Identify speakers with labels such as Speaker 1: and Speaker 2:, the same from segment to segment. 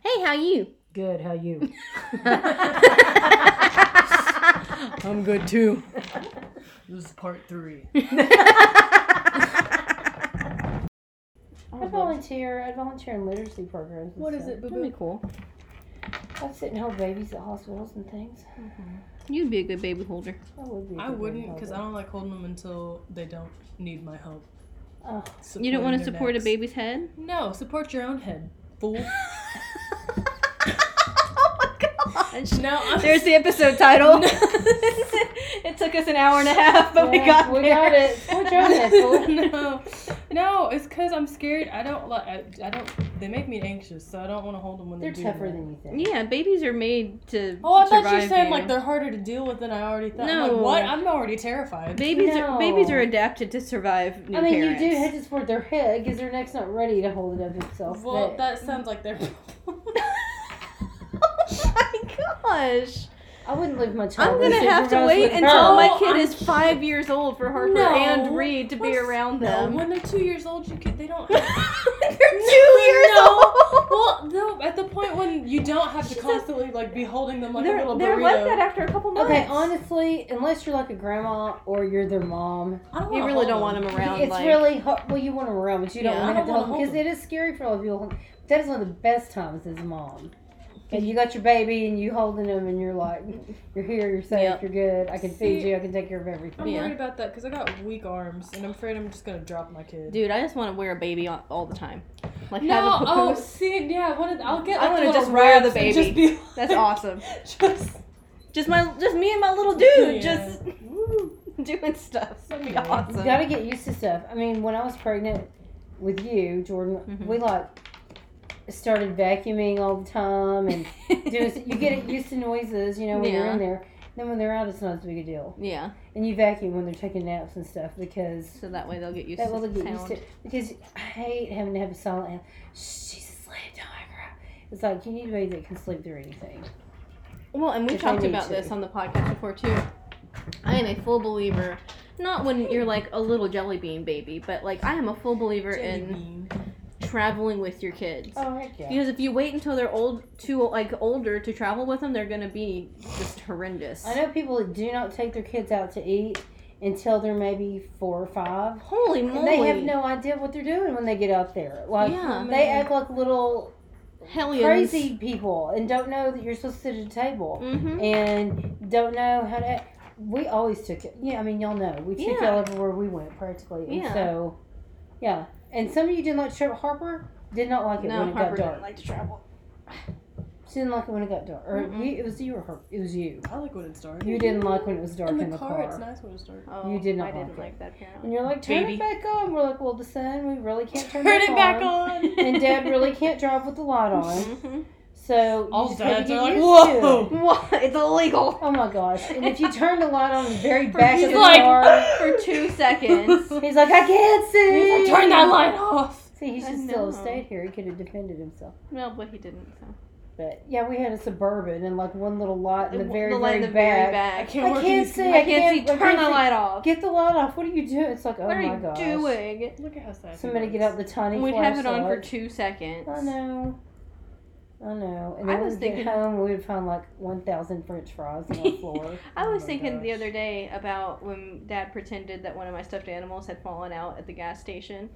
Speaker 1: Hey, how you?
Speaker 2: Good. How you?
Speaker 3: I'm good too. This is part three.
Speaker 2: I
Speaker 4: I volunteer. I volunteer in literacy programs. and
Speaker 3: What is
Speaker 4: stuff.
Speaker 3: it, boo
Speaker 1: That'd be
Speaker 3: boo?
Speaker 1: cool.
Speaker 4: I sit and hold babies at hospitals and things.
Speaker 1: You'd be a good baby holder.
Speaker 4: I would be. a
Speaker 3: I
Speaker 4: good
Speaker 3: wouldn't
Speaker 4: baby
Speaker 3: because I
Speaker 4: mother.
Speaker 3: don't like holding them until they don't need my help.
Speaker 4: Ugh.
Speaker 1: You don't want to
Speaker 3: Supporting their
Speaker 1: support a
Speaker 3: necks.
Speaker 1: baby's head?
Speaker 3: No, support your own head, fool.
Speaker 1: oh my gosh.
Speaker 3: no, I'm
Speaker 1: There's the episode title. it took us an hour and a half,
Speaker 3: Oh
Speaker 1: but we
Speaker 4: Yeah,
Speaker 1: got
Speaker 4: we
Speaker 1: there.
Speaker 4: got it. Support your own head, fool.
Speaker 3: no, no, it's because I'm scared. I don't like. I, I don't. They make me anxious, so I don't want to hold them when
Speaker 4: They're
Speaker 3: do
Speaker 4: tougher
Speaker 3: that.
Speaker 4: than you think.
Speaker 1: Yeah, babies are made to.
Speaker 3: Oh, I thought you
Speaker 1: survive
Speaker 3: said
Speaker 1: you.
Speaker 3: like they're harder to deal with than I already thought. I'm
Speaker 1: No.
Speaker 3: like, what? I'm already terrified.
Speaker 1: Babies are
Speaker 4: No.
Speaker 1: babies are adapted to survive new
Speaker 4: I mean,
Speaker 1: parents.
Speaker 4: you do have to support their head because their neck's not ready to hold it up itself.
Speaker 3: well,
Speaker 4: but
Speaker 3: that sounds like they're.
Speaker 1: oh my gosh! Oh,
Speaker 4: I wouldn't leave my child.
Speaker 1: I'm gonna have to
Speaker 4: unsupervised
Speaker 1: wait
Speaker 4: with
Speaker 1: until
Speaker 4: her.
Speaker 1: my kid
Speaker 3: I'm-
Speaker 1: is five years old for Harper
Speaker 3: No.
Speaker 1: and Reed to be
Speaker 3: What's-
Speaker 1: around
Speaker 3: no,
Speaker 1: them.
Speaker 3: when they're two years old, you can, they don't.
Speaker 1: They're
Speaker 3: Have,
Speaker 1: two years old.
Speaker 3: well, no, at the point when you don't have to
Speaker 1: She's a-
Speaker 3: constantly like be holding them like a
Speaker 1: they're
Speaker 3: little
Speaker 1: they're
Speaker 3: burrito.
Speaker 1: like that after a couple months.
Speaker 4: Okay, honestly, unless you're like a grandma or you're their mom,
Speaker 3: I don't
Speaker 1: you
Speaker 3: wanna
Speaker 1: really
Speaker 3: hold
Speaker 1: don't want them around.
Speaker 4: it's
Speaker 1: like,
Speaker 4: really hard. Well, you want them around, but you don't
Speaker 1: Yeah,
Speaker 4: want
Speaker 3: I
Speaker 4: to have to
Speaker 3: don't
Speaker 4: hold them
Speaker 3: wanna
Speaker 4: because it is scary for a lot of people. That is one of the best times as a mom. And you got your baby and you holding them and you're like, you're here, you're safe,
Speaker 1: Yep.
Speaker 4: you're good. I can
Speaker 3: See-
Speaker 4: feed you, I can take care of
Speaker 3: I'm
Speaker 4: everything.
Speaker 1: Yeah.
Speaker 3: worried about that because I got weak arms and I'm afraid I'm just gonna drop my kid.
Speaker 1: dude, I just want to wear a baby on, all the time. Like have
Speaker 3: no,
Speaker 1: a
Speaker 3: oh,
Speaker 1: papoose.
Speaker 3: see, yeah, I wanna, I'll get.
Speaker 1: I
Speaker 3: Like,
Speaker 1: wanna
Speaker 3: the little
Speaker 1: just wear the
Speaker 3: wraps
Speaker 1: baby.
Speaker 3: and Just be like,
Speaker 1: That's awesome.
Speaker 3: Just
Speaker 1: Just my just me and my little dude
Speaker 3: Yeah.
Speaker 1: just doing stuff. That'd be
Speaker 3: Yeah.
Speaker 1: awesome.
Speaker 4: You gotta get used to stuff. I mean, when I was pregnant with you, Jordan,
Speaker 1: Mhm.
Speaker 4: we like started vacuuming all the time and doing, you get used to noises, you know, when you're
Speaker 1: Yeah.
Speaker 4: in there. Then when they're out, it's not as big a deal.
Speaker 1: yeah,
Speaker 4: And you vacuum when they're taking naps and stuff because
Speaker 1: so that way they'll get used
Speaker 4: that
Speaker 1: to
Speaker 4: will
Speaker 1: the
Speaker 4: get
Speaker 1: sound.
Speaker 4: used to. Because I hate having to have a silent. hand. Shh, she's asleep. Don't wake her up. It's like you need a baby that can sleep through anything.
Speaker 1: Well, and we
Speaker 4: If they
Speaker 1: talked
Speaker 4: need
Speaker 1: about
Speaker 4: to.
Speaker 1: this on the podcast before too. I am a full believer, not when you're like a little jelly bean baby, but like I am a full believer in
Speaker 3: Jelly bean.
Speaker 1: traveling with your kids.
Speaker 4: Oh heck yeah.
Speaker 1: Because if you wait until they're old, too like older to travel with them, they're gonna be just horrendous.
Speaker 4: I know people that do not take their kids out to eat until they're maybe four or five.
Speaker 1: Holy
Speaker 4: And
Speaker 1: moly!
Speaker 4: they have no idea what they're doing when they get out there. Like
Speaker 1: yeah,
Speaker 4: they act like little
Speaker 1: hellions.
Speaker 4: crazy people and don't know that you're supposed to sit at a table.
Speaker 1: hmm
Speaker 4: and don't know how to. We always took it. Yeah, I mean, y'all know we took
Speaker 1: Yeah.
Speaker 4: y'all everywhere we went practically, and
Speaker 1: Yeah.
Speaker 4: so yeah. And some of you didn't like trip. Harper did not like it
Speaker 1: No,
Speaker 4: when it
Speaker 1: Harper
Speaker 4: got dark.
Speaker 1: doesn't like to travel.
Speaker 4: she didn't like it when it got dark. Or
Speaker 1: Mm-mm.
Speaker 4: you, it was you or her. It was you.
Speaker 3: I like when it's dark.
Speaker 4: You didn't like when it was dark
Speaker 3: in
Speaker 4: in
Speaker 3: the,
Speaker 4: car.
Speaker 3: car, It's nice when it's dark.
Speaker 1: Oh,
Speaker 4: You did not
Speaker 1: I didn't
Speaker 4: like it.
Speaker 1: like that. Apparently.
Speaker 4: And you're like, turn
Speaker 3: Baby.
Speaker 4: it back on. We're like, well, the sun. We really can't turn,
Speaker 3: Turn
Speaker 4: that
Speaker 3: it back
Speaker 4: on.
Speaker 3: on.
Speaker 4: and Dad really can't drive with the light on,
Speaker 1: hmm
Speaker 4: so you
Speaker 3: All
Speaker 4: just had to
Speaker 3: dads
Speaker 4: get
Speaker 3: are like,
Speaker 4: used to it.
Speaker 3: whoa.
Speaker 1: What? It's illegal.
Speaker 4: Oh my gosh! And if you turn the light on the very
Speaker 1: For
Speaker 4: back of
Speaker 1: you-
Speaker 4: the
Speaker 1: like-
Speaker 4: car,
Speaker 1: For two seconds.
Speaker 4: he's like, I can't see.
Speaker 3: He's like, turn that light off.
Speaker 4: See, he
Speaker 1: I
Speaker 4: should still have
Speaker 1: know.
Speaker 4: stayed here. He could have defended himself.
Speaker 1: No, but he didn't. So.
Speaker 4: But yeah, we had a suburban and like one little light in the
Speaker 1: The-
Speaker 4: very,
Speaker 1: the light in
Speaker 4: very
Speaker 1: the
Speaker 4: back.
Speaker 1: very
Speaker 3: I
Speaker 1: back.
Speaker 3: can't
Speaker 4: I
Speaker 3: work
Speaker 4: can't
Speaker 3: in-
Speaker 4: see.
Speaker 1: I can't see.
Speaker 4: I
Speaker 1: Turn the
Speaker 4: see.
Speaker 1: light off.
Speaker 4: Get the light off. What are you doing? It's like, oh
Speaker 1: what are
Speaker 4: my
Speaker 1: you
Speaker 4: gosh.
Speaker 1: doing?
Speaker 3: Look at how sad. he
Speaker 4: Somebody get
Speaker 3: looks.
Speaker 4: out the tiny.
Speaker 1: And we'd have it on for
Speaker 4: flashlight.
Speaker 1: two seconds.
Speaker 4: I know. I know. And
Speaker 1: I
Speaker 4: then
Speaker 1: was
Speaker 4: we'd get
Speaker 1: thinking-
Speaker 4: home, we would find like one thousand French fries on the floor.
Speaker 1: I was
Speaker 3: Oh my
Speaker 1: thinking the
Speaker 3: gosh.
Speaker 1: other day about when Dad pretended that one of my stuffed animals had fallen out at the gas station.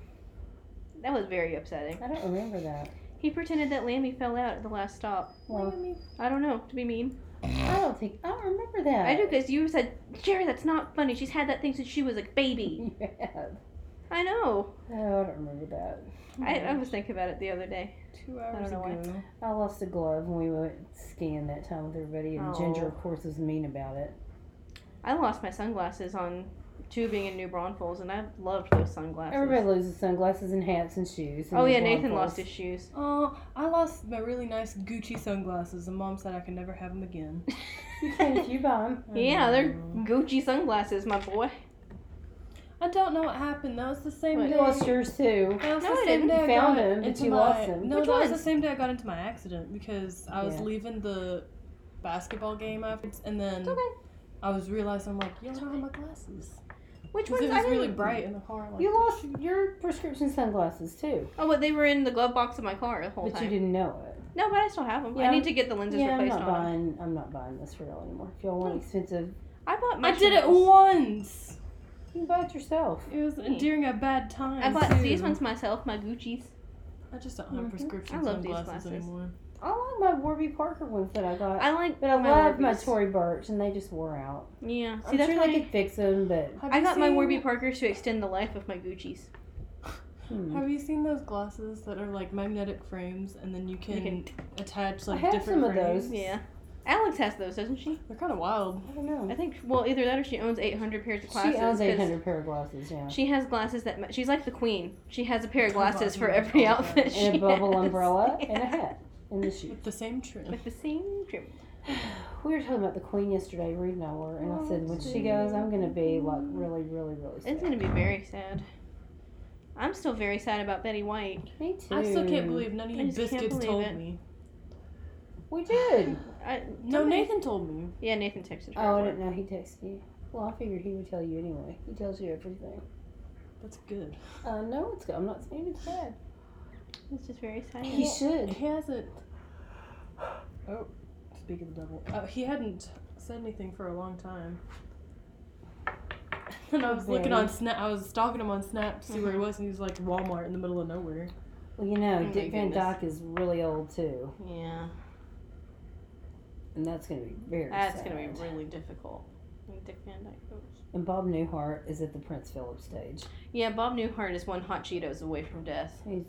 Speaker 1: That was very upsetting.
Speaker 4: I don't remember that.
Speaker 1: He pretended that Lammy fell out at the last stop.
Speaker 4: Well,
Speaker 1: I don't know, to be mean.
Speaker 4: I don't think I don't remember that.
Speaker 1: I do because you said, Jerry, that's not funny. She's had that thing since she was a baby.
Speaker 4: Yeah.
Speaker 1: I know.
Speaker 4: No, Oh, I don't remember that.
Speaker 1: I, I was thinking about it the other day.
Speaker 3: Two
Speaker 1: don't
Speaker 3: hours
Speaker 1: know why.
Speaker 3: ago.
Speaker 4: I lost a glove when we went skiing that time with everybody, and Ginger,
Speaker 1: Oh.
Speaker 4: of course, was mean about it.
Speaker 1: I lost my sunglasses on tubing in New Braunfels, and I loved those sunglasses.
Speaker 4: Everybody loses sunglasses and hats and shoes. and
Speaker 1: oh
Speaker 4: the
Speaker 1: yeah, Nathan
Speaker 4: blindfolds.
Speaker 1: lost his shoes.
Speaker 3: Oh, I lost my really nice Gucci sunglasses, and Mom said I can never have them again.
Speaker 4: You can if you buy them.
Speaker 1: yeah, they're
Speaker 3: Mm.
Speaker 1: Gucci sunglasses, my boy.
Speaker 3: I don't know what happened. That was the same
Speaker 1: Wait.
Speaker 3: day.
Speaker 4: You lost yours too.
Speaker 3: That was
Speaker 1: No,
Speaker 3: the
Speaker 1: I
Speaker 3: same
Speaker 1: didn't.
Speaker 3: day I
Speaker 4: You found
Speaker 3: got
Speaker 4: them, but
Speaker 3: into
Speaker 4: you
Speaker 3: my,
Speaker 4: lost them.
Speaker 3: No,
Speaker 1: Which
Speaker 3: that
Speaker 1: ones?
Speaker 3: was the same day I got into my accident because I was
Speaker 4: Yeah.
Speaker 3: leaving the basketball game afterwards, and then
Speaker 1: It's okay.
Speaker 3: I was realizing I'm like, yo, I don't have my glasses.
Speaker 1: Which
Speaker 3: 'Cause
Speaker 1: ones?
Speaker 3: it
Speaker 1: I
Speaker 3: was really
Speaker 1: didn't-
Speaker 3: bright in the car. Like,
Speaker 4: You lost your prescription sunglasses too,
Speaker 1: Oh, but they were in the glove box of my car the whole
Speaker 4: but
Speaker 1: time.
Speaker 4: you didn't know it.
Speaker 1: No, but I still have them.
Speaker 4: Yeah,
Speaker 1: I need to get the lenses
Speaker 4: Yeah, I'm
Speaker 1: replaced
Speaker 4: not
Speaker 1: on 'em. Hmm.
Speaker 4: buying. I'm not buying this for y'all anymore. If y'all want expensive,
Speaker 1: I bought.
Speaker 3: I did it
Speaker 1: mushrooms.
Speaker 3: once.
Speaker 4: you can buy it yourself.
Speaker 3: It was during a bad time.
Speaker 1: I bought
Speaker 3: too.
Speaker 1: these ones myself, my Gucci's.
Speaker 3: I just don't have
Speaker 4: Mhm.
Speaker 3: prescription
Speaker 1: I love these
Speaker 3: sunglasses
Speaker 1: glasses.
Speaker 3: anymore.
Speaker 4: I like my Warby Parker ones that I got,
Speaker 1: I like.
Speaker 4: but I love my
Speaker 1: Warbies.
Speaker 4: Tory Burch, and they just wore out.
Speaker 1: Yeah. See,
Speaker 4: I'm
Speaker 1: that's
Speaker 4: sure
Speaker 1: why
Speaker 4: they could fix them, but
Speaker 3: Have
Speaker 1: I
Speaker 3: you
Speaker 1: got my
Speaker 3: seen-
Speaker 1: Warby Parkers to extend the life of my Gucci's.
Speaker 4: hmm.
Speaker 3: Have you seen those glasses that are like magnetic frames and then you can, attach
Speaker 4: I
Speaker 3: like
Speaker 4: have
Speaker 3: different
Speaker 4: some of
Speaker 3: frames?
Speaker 4: those.
Speaker 1: Yeah. Alex has those, doesn't she?
Speaker 3: They're kind of wild.
Speaker 4: I don't know.
Speaker 1: I think. Well, either that or she owns 800 pairs of glasses.
Speaker 4: She owns
Speaker 1: 'cause
Speaker 4: 800 pair of glasses, yeah,
Speaker 1: She has glasses that. ma- She's like the queen. She has a pair of
Speaker 3: Oh, God,
Speaker 1: glasses
Speaker 3: you
Speaker 1: for
Speaker 3: have
Speaker 1: every
Speaker 3: all of
Speaker 1: outfit.
Speaker 3: those.
Speaker 4: and
Speaker 1: she
Speaker 4: a bubble
Speaker 1: has.
Speaker 4: umbrella
Speaker 1: Yeah.
Speaker 4: and a hat and the shoes.
Speaker 3: With the same trim.
Speaker 1: With the same trim.
Speaker 4: We were talking about the Queen yesterday, Reed and I were, and I said, when she goes, I'm gonna be like really, really, really sad.
Speaker 1: It's gonna be very sad. I'm still very sad about Betty White.
Speaker 4: Me too.
Speaker 3: I still can't believe none of
Speaker 1: I
Speaker 3: you
Speaker 1: just can't
Speaker 3: biscuits
Speaker 1: believe
Speaker 3: told
Speaker 1: it.
Speaker 3: me.
Speaker 4: we did.
Speaker 1: I,
Speaker 3: No,
Speaker 1: somebody-
Speaker 3: Nathan told me.
Speaker 1: Yeah, Nathan texted her.
Speaker 4: Oh, I didn't know he texted you. Well, I figured he would tell you anyway. He tells you everything.
Speaker 3: That's good.
Speaker 4: Uh, no, it's good. I'm not saying it's bad.
Speaker 1: It's just very sad.
Speaker 4: He should.
Speaker 3: He hasn't. Oh, speak of the devil. Uh, he hadn't said anything for a long time. And I was looking on Snap. I was stalking him on Snap to see where he was, and he was like Walmart in the middle of nowhere.
Speaker 4: Well, you know,
Speaker 1: Oh my
Speaker 4: Dick Van
Speaker 1: goodness.
Speaker 4: Dyke is really old too,
Speaker 1: Yeah.
Speaker 4: and that's gonna be very.
Speaker 1: That's
Speaker 4: sad.
Speaker 1: gonna be really difficult. when Dick Van Dyke goes.
Speaker 4: And Bob Newhart is at the Prince Philip stage.
Speaker 1: Yeah, Bob Newhart is one hot Cheetos away from death.
Speaker 4: He's.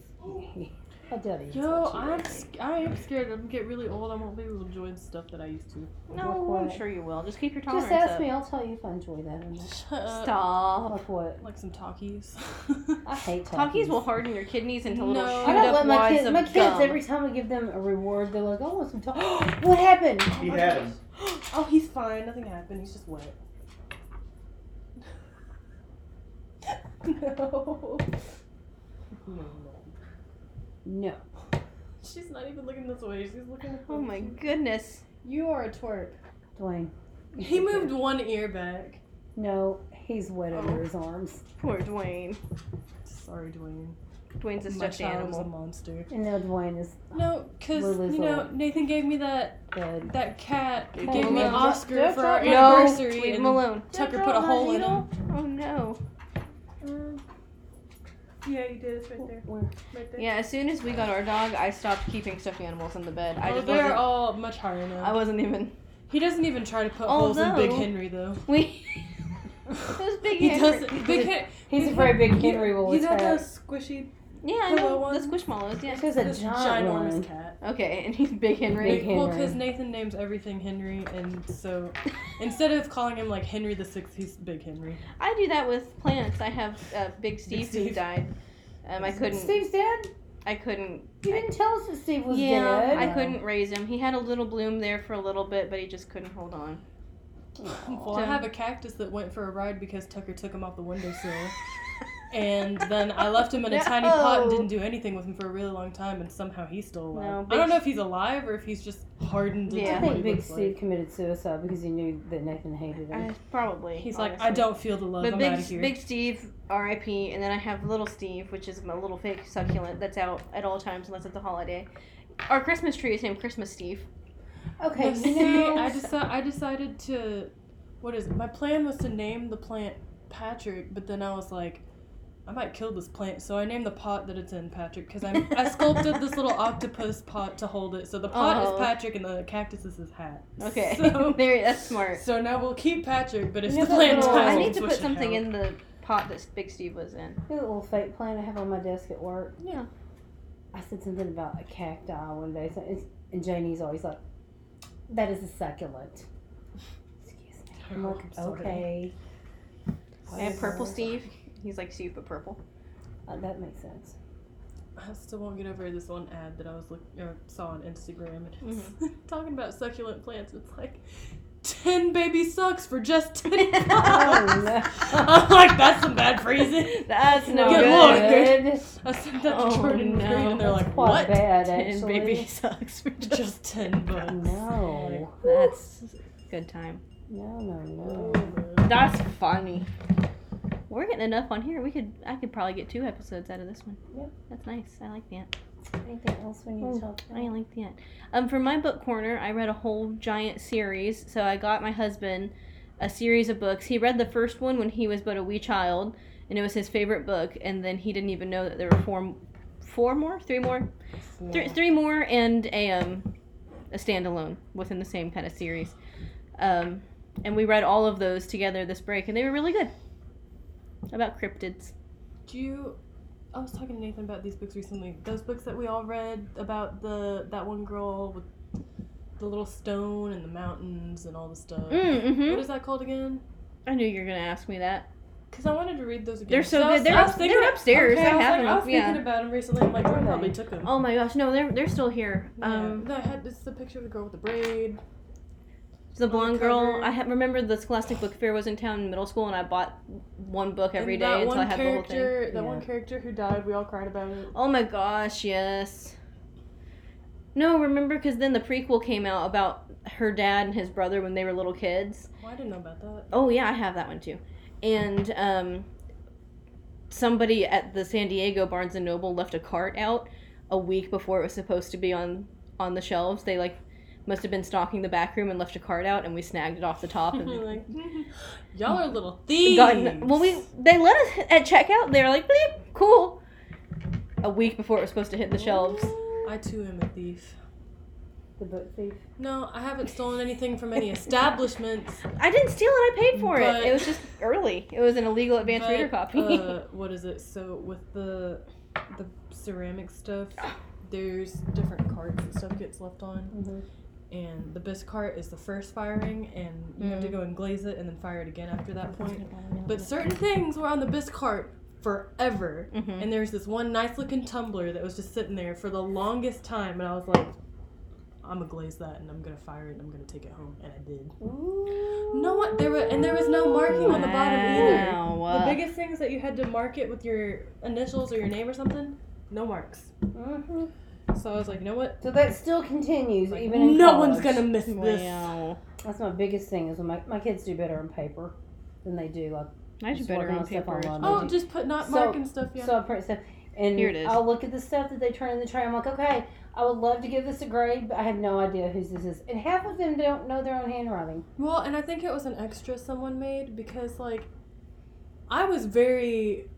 Speaker 4: He, I doubt he's.
Speaker 3: Yo, I'm sc- I am scared. I'm get really old. I won't be able to enjoy the stuff that I used to.
Speaker 1: No,
Speaker 4: What,
Speaker 1: I'm
Speaker 4: what?
Speaker 1: sure you will. Just keep your tolerance
Speaker 4: Just ask
Speaker 1: up. Oh.
Speaker 4: me. I'll tell you if I enjoy that or not.
Speaker 3: Shut up.
Speaker 1: Stop.
Speaker 4: Like what?
Speaker 3: Like some talkies.
Speaker 4: I hate
Speaker 1: Talkies
Speaker 4: talkies.
Speaker 1: will harden your kidneys into little
Speaker 3: No.
Speaker 1: chewed
Speaker 4: I don't
Speaker 1: up
Speaker 4: let my
Speaker 1: wads
Speaker 4: kids.
Speaker 1: of
Speaker 4: My kids
Speaker 1: gum.
Speaker 4: every time I give them a reward, they're like, "I want some talkies." what happened?
Speaker 5: He had him.
Speaker 3: oh, he's fine. Nothing happened. He's just wet. no. No.
Speaker 4: No.
Speaker 3: She's not even looking this way. She's looking.
Speaker 1: Oh my goodness.
Speaker 3: You are a twerp.
Speaker 4: Dwayne. you
Speaker 3: He
Speaker 4: sit there.
Speaker 3: moved one ear back.
Speaker 4: No, he's wet
Speaker 3: Oh.
Speaker 4: under his arms.
Speaker 1: Poor Dwayne.
Speaker 3: Sorry, Dwayne.
Speaker 1: Dwayne's a
Speaker 3: My
Speaker 1: stuffed
Speaker 3: child is a
Speaker 1: animal.
Speaker 3: monster.
Speaker 4: And now Dwayne is
Speaker 3: No, cause
Speaker 4: Lulu's
Speaker 3: you know
Speaker 4: old.
Speaker 3: Nathan gave me that
Speaker 4: dead.
Speaker 3: that cat. He
Speaker 1: Leave
Speaker 3: gave
Speaker 1: him
Speaker 3: me
Speaker 1: alone.
Speaker 3: Oscar
Speaker 4: Don't
Speaker 3: for our
Speaker 4: drop my
Speaker 1: No,
Speaker 3: anniversary.
Speaker 1: leave him
Speaker 3: and
Speaker 1: alone.
Speaker 3: Tucker
Speaker 4: Don't
Speaker 3: put a
Speaker 4: drop my
Speaker 3: hole in him.
Speaker 4: needle.
Speaker 1: Oh no.
Speaker 3: Mm. Yeah, you did. It's right there.
Speaker 4: Where-
Speaker 3: Right
Speaker 1: Yeah, as soon as we got our dog, I stopped keeping stuffed animals in the bed. I
Speaker 3: oh,
Speaker 1: just
Speaker 3: they're
Speaker 1: wasn't,
Speaker 3: all much higher now.
Speaker 1: I wasn't even.
Speaker 3: He doesn't even try to put holes in Big
Speaker 1: Although-
Speaker 3: Henry though.
Speaker 1: We. Those big
Speaker 3: he
Speaker 1: Henry-
Speaker 3: doesn't. Big Henry.
Speaker 4: He's afraid Big
Speaker 3: You-
Speaker 4: Henry will
Speaker 3: You know
Speaker 4: attack.
Speaker 3: those squishy,
Speaker 1: Yeah, I
Speaker 3: Hello,
Speaker 1: know.
Speaker 3: one.
Speaker 1: The squishmallows, yeah.
Speaker 4: This is a
Speaker 3: this
Speaker 4: giant
Speaker 3: ginormous
Speaker 4: one.
Speaker 3: cat.
Speaker 1: Okay, and he's Big Henry.
Speaker 4: Big
Speaker 3: Well,
Speaker 4: Henry.
Speaker 3: because Nathan names everything Henry, and so instead of calling him like Henry the Sixth, he's Big Henry.
Speaker 1: I do that with plants. I have uh, Big Steve who
Speaker 3: Steve.
Speaker 1: died. Um, I couldn't.
Speaker 4: Steve's dead.
Speaker 1: I couldn't.
Speaker 4: You didn't tell us that Steve was
Speaker 1: yeah,
Speaker 4: dead.
Speaker 1: I couldn't raise him. He had a little bloom there for a little bit, but he just couldn't hold on.
Speaker 3: Well, I have a cactus that went for a ride because Tucker took him off the windowsill, and then I left him in a tiny pot and
Speaker 1: No.
Speaker 3: didn't do anything with him for a really long time, and somehow he's still alive.
Speaker 1: No,
Speaker 3: I
Speaker 1: Big-
Speaker 3: don't know if he's alive or if he's just hardened. into
Speaker 1: Yeah.
Speaker 4: I
Speaker 3: what he
Speaker 4: think Big
Speaker 3: looks
Speaker 4: Steve
Speaker 3: like.
Speaker 4: committed suicide because he knew that Nathan hated him.
Speaker 1: I, probably.
Speaker 3: He's like, I
Speaker 1: honestly.
Speaker 3: don't feel the love.
Speaker 1: But
Speaker 3: I'm
Speaker 1: big,
Speaker 3: out of here.
Speaker 1: big Steve, R.I.P. And then I have little Steve, which is my little fake succulent that's out at all times unless it's a holiday. Our Christmas tree is named Christmas Steve.
Speaker 4: okay,
Speaker 3: But
Speaker 4: you
Speaker 3: see,
Speaker 4: know,
Speaker 3: I, deci- I decided to. What is it? My plan was to name the plant Patrick, but then I was like, I might kill this plant, so I named the pot that it's in Patrick because I I sculpted this little octopus pot to hold it. So the pot
Speaker 1: Oh.
Speaker 3: is Patrick and the cactus is his hat.
Speaker 1: Okay,
Speaker 3: So,
Speaker 1: there, that's smart.
Speaker 3: so now we'll keep Patrick, but if
Speaker 4: You know
Speaker 3: the
Speaker 4: that
Speaker 3: plant
Speaker 4: little-
Speaker 3: dies,
Speaker 1: I
Speaker 4: Oh,
Speaker 1: need
Speaker 3: it's
Speaker 1: to
Speaker 3: what
Speaker 1: put
Speaker 3: you
Speaker 1: something
Speaker 3: have.
Speaker 1: in the pot that Big Steve was in.
Speaker 4: the little fake plant I have on my desk at work.
Speaker 1: Yeah.
Speaker 4: I said something about a cacti one day, so it's, and Janie's always like, "That is a succulent." Excuse me. I'm
Speaker 3: Oh,
Speaker 4: like,
Speaker 3: I'm sorry.
Speaker 4: okay.
Speaker 1: And Purple Steve, he's like Steve but purple.
Speaker 4: Uh, that makes sense.
Speaker 3: I still won't get over this one ad that I was look or saw on Instagram and it's talking about succulent plants. It's like ten baby sucks for just ten.
Speaker 4: Oh,
Speaker 3: bucks."
Speaker 4: no.
Speaker 3: I'm like, that's some bad phrasing.
Speaker 1: That's no
Speaker 3: Good
Speaker 1: good.
Speaker 3: luck.
Speaker 4: Good.
Speaker 3: I sent that to
Speaker 1: Oh,
Speaker 3: Jordan
Speaker 1: no.
Speaker 3: Reed and they're like,
Speaker 4: Quite
Speaker 3: what?
Speaker 4: bad,
Speaker 1: And
Speaker 4: actually.
Speaker 1: baby sucks for just.
Speaker 3: Just ten bucks.
Speaker 4: No.
Speaker 1: That's good time.
Speaker 4: No, no, Oh, no.
Speaker 3: Like,
Speaker 1: That's funny. We're getting enough on here. We could, I could probably get two episodes out of this one.
Speaker 4: Yeah.
Speaker 1: That's nice. I like that.
Speaker 4: Anything else we need
Speaker 1: Oh,
Speaker 4: to talk about?
Speaker 1: I like that. Um, for my book corner, I read a whole giant series. So I got my husband a series of books. He read the first one when he was but a wee child, and it was his favorite book. And then he didn't even know that there were four, four more, three more, three, three more, and a um, a standalone within the same kind of series. Um, and we read all of those together this break, and they were really good about cryptids.
Speaker 3: Do you? I was talking to Nathan about these books recently. Those books that we all read about the that one girl with the little stone and the mountains and all the stuff. What
Speaker 1: Mm-hmm.
Speaker 3: is that called again?
Speaker 1: I knew you were gonna ask me that.
Speaker 3: Because I wanted to read those again.
Speaker 1: They're so
Speaker 3: I
Speaker 1: good. They're
Speaker 3: I
Speaker 1: up- they're upstairs.
Speaker 3: Okay,
Speaker 1: I
Speaker 3: I was,
Speaker 1: have
Speaker 3: like,
Speaker 1: them
Speaker 3: I
Speaker 1: up,
Speaker 3: was
Speaker 1: yeah.
Speaker 3: thinking about them recently. I'm like, I
Speaker 4: Okay.
Speaker 3: probably took them.
Speaker 1: Oh my gosh, no, they're they're still here. Um,
Speaker 3: yeah. No, I had, it's the picture of the girl with the braid.
Speaker 1: the blonde girl.
Speaker 3: cover.
Speaker 1: I ha- remember the Scholastic Book Fair was in town in middle school, and I bought one book every
Speaker 3: and
Speaker 1: day
Speaker 3: that
Speaker 1: until
Speaker 3: one
Speaker 1: I had the whole thing.
Speaker 3: character, that one
Speaker 4: Yeah.
Speaker 3: character who died, we all cried about it.
Speaker 1: Oh my gosh, yes. No, remember because then the prequel came out about her dad and his brother when they were little kids.
Speaker 3: Oh, I didn't know about that.
Speaker 1: Oh yeah, I have that one too. And um, somebody at the San Diego Barnes and Noble left a cart out a week before it was supposed to be on on the shelves. They like must have been stalking the back room and left a cart out, and we snagged it off the top. And
Speaker 3: like, y'all are little thieves.
Speaker 1: gotten, well, we they let us at checkout. They were like, bleep, cool. A week before it was supposed to hit the shelves.
Speaker 3: I too am a thief.
Speaker 4: The book thief.
Speaker 3: No, I haven't stolen anything from any establishments.
Speaker 1: I didn't steal it. I paid for
Speaker 3: But-
Speaker 1: it. It was just early. It was an illegal advance
Speaker 3: but,
Speaker 1: reader copy.
Speaker 3: uh, what is it? So with the the ceramic stuff,
Speaker 1: Ah.
Speaker 3: there's different carts that stuff gets left on,
Speaker 1: Mm-hmm.
Speaker 4: Mhm.
Speaker 3: and the best cart is the first firing, and you have to
Speaker 1: Mm.
Speaker 3: go and glaze it and then fire it again after that point. But certain things were on the bisque cart forever.
Speaker 1: Mhm.
Speaker 3: And there's this one nice looking tumbler that was just sitting there for the longest time, and I was like, I'm gonna glaze that, and I'm gonna fire it, and I'm gonna take it home, and I did. No one there were, and there was no marking on the bottom either.
Speaker 1: Wow.
Speaker 3: The biggest thing is that you had to mark it with your initials or your name or something. No marks.
Speaker 4: Mhm.
Speaker 3: So I was like, you know what?
Speaker 4: So that still continues,
Speaker 3: Mm-hmm. Like,
Speaker 4: even in
Speaker 3: no
Speaker 4: college.
Speaker 3: one's gonna miss this.
Speaker 1: Wow.
Speaker 4: That's my biggest thing is when my, my kids do better on paper than they do like.
Speaker 1: I should
Speaker 4: Just
Speaker 1: better
Speaker 4: working
Speaker 1: on
Speaker 4: on stuff
Speaker 1: paper.
Speaker 4: online.
Speaker 3: Oh, just put not
Speaker 4: So-
Speaker 3: marking stuff. Yeah.
Speaker 4: So I print stuff, and
Speaker 1: Here it is.
Speaker 4: I'll look at the stuff that they turn in the tray. I'm like, okay, I would love to give this a grade, but I have no idea whose this is. And half of them don't know their own handwriting.
Speaker 3: Well, and I think it was an extra someone made because like I was very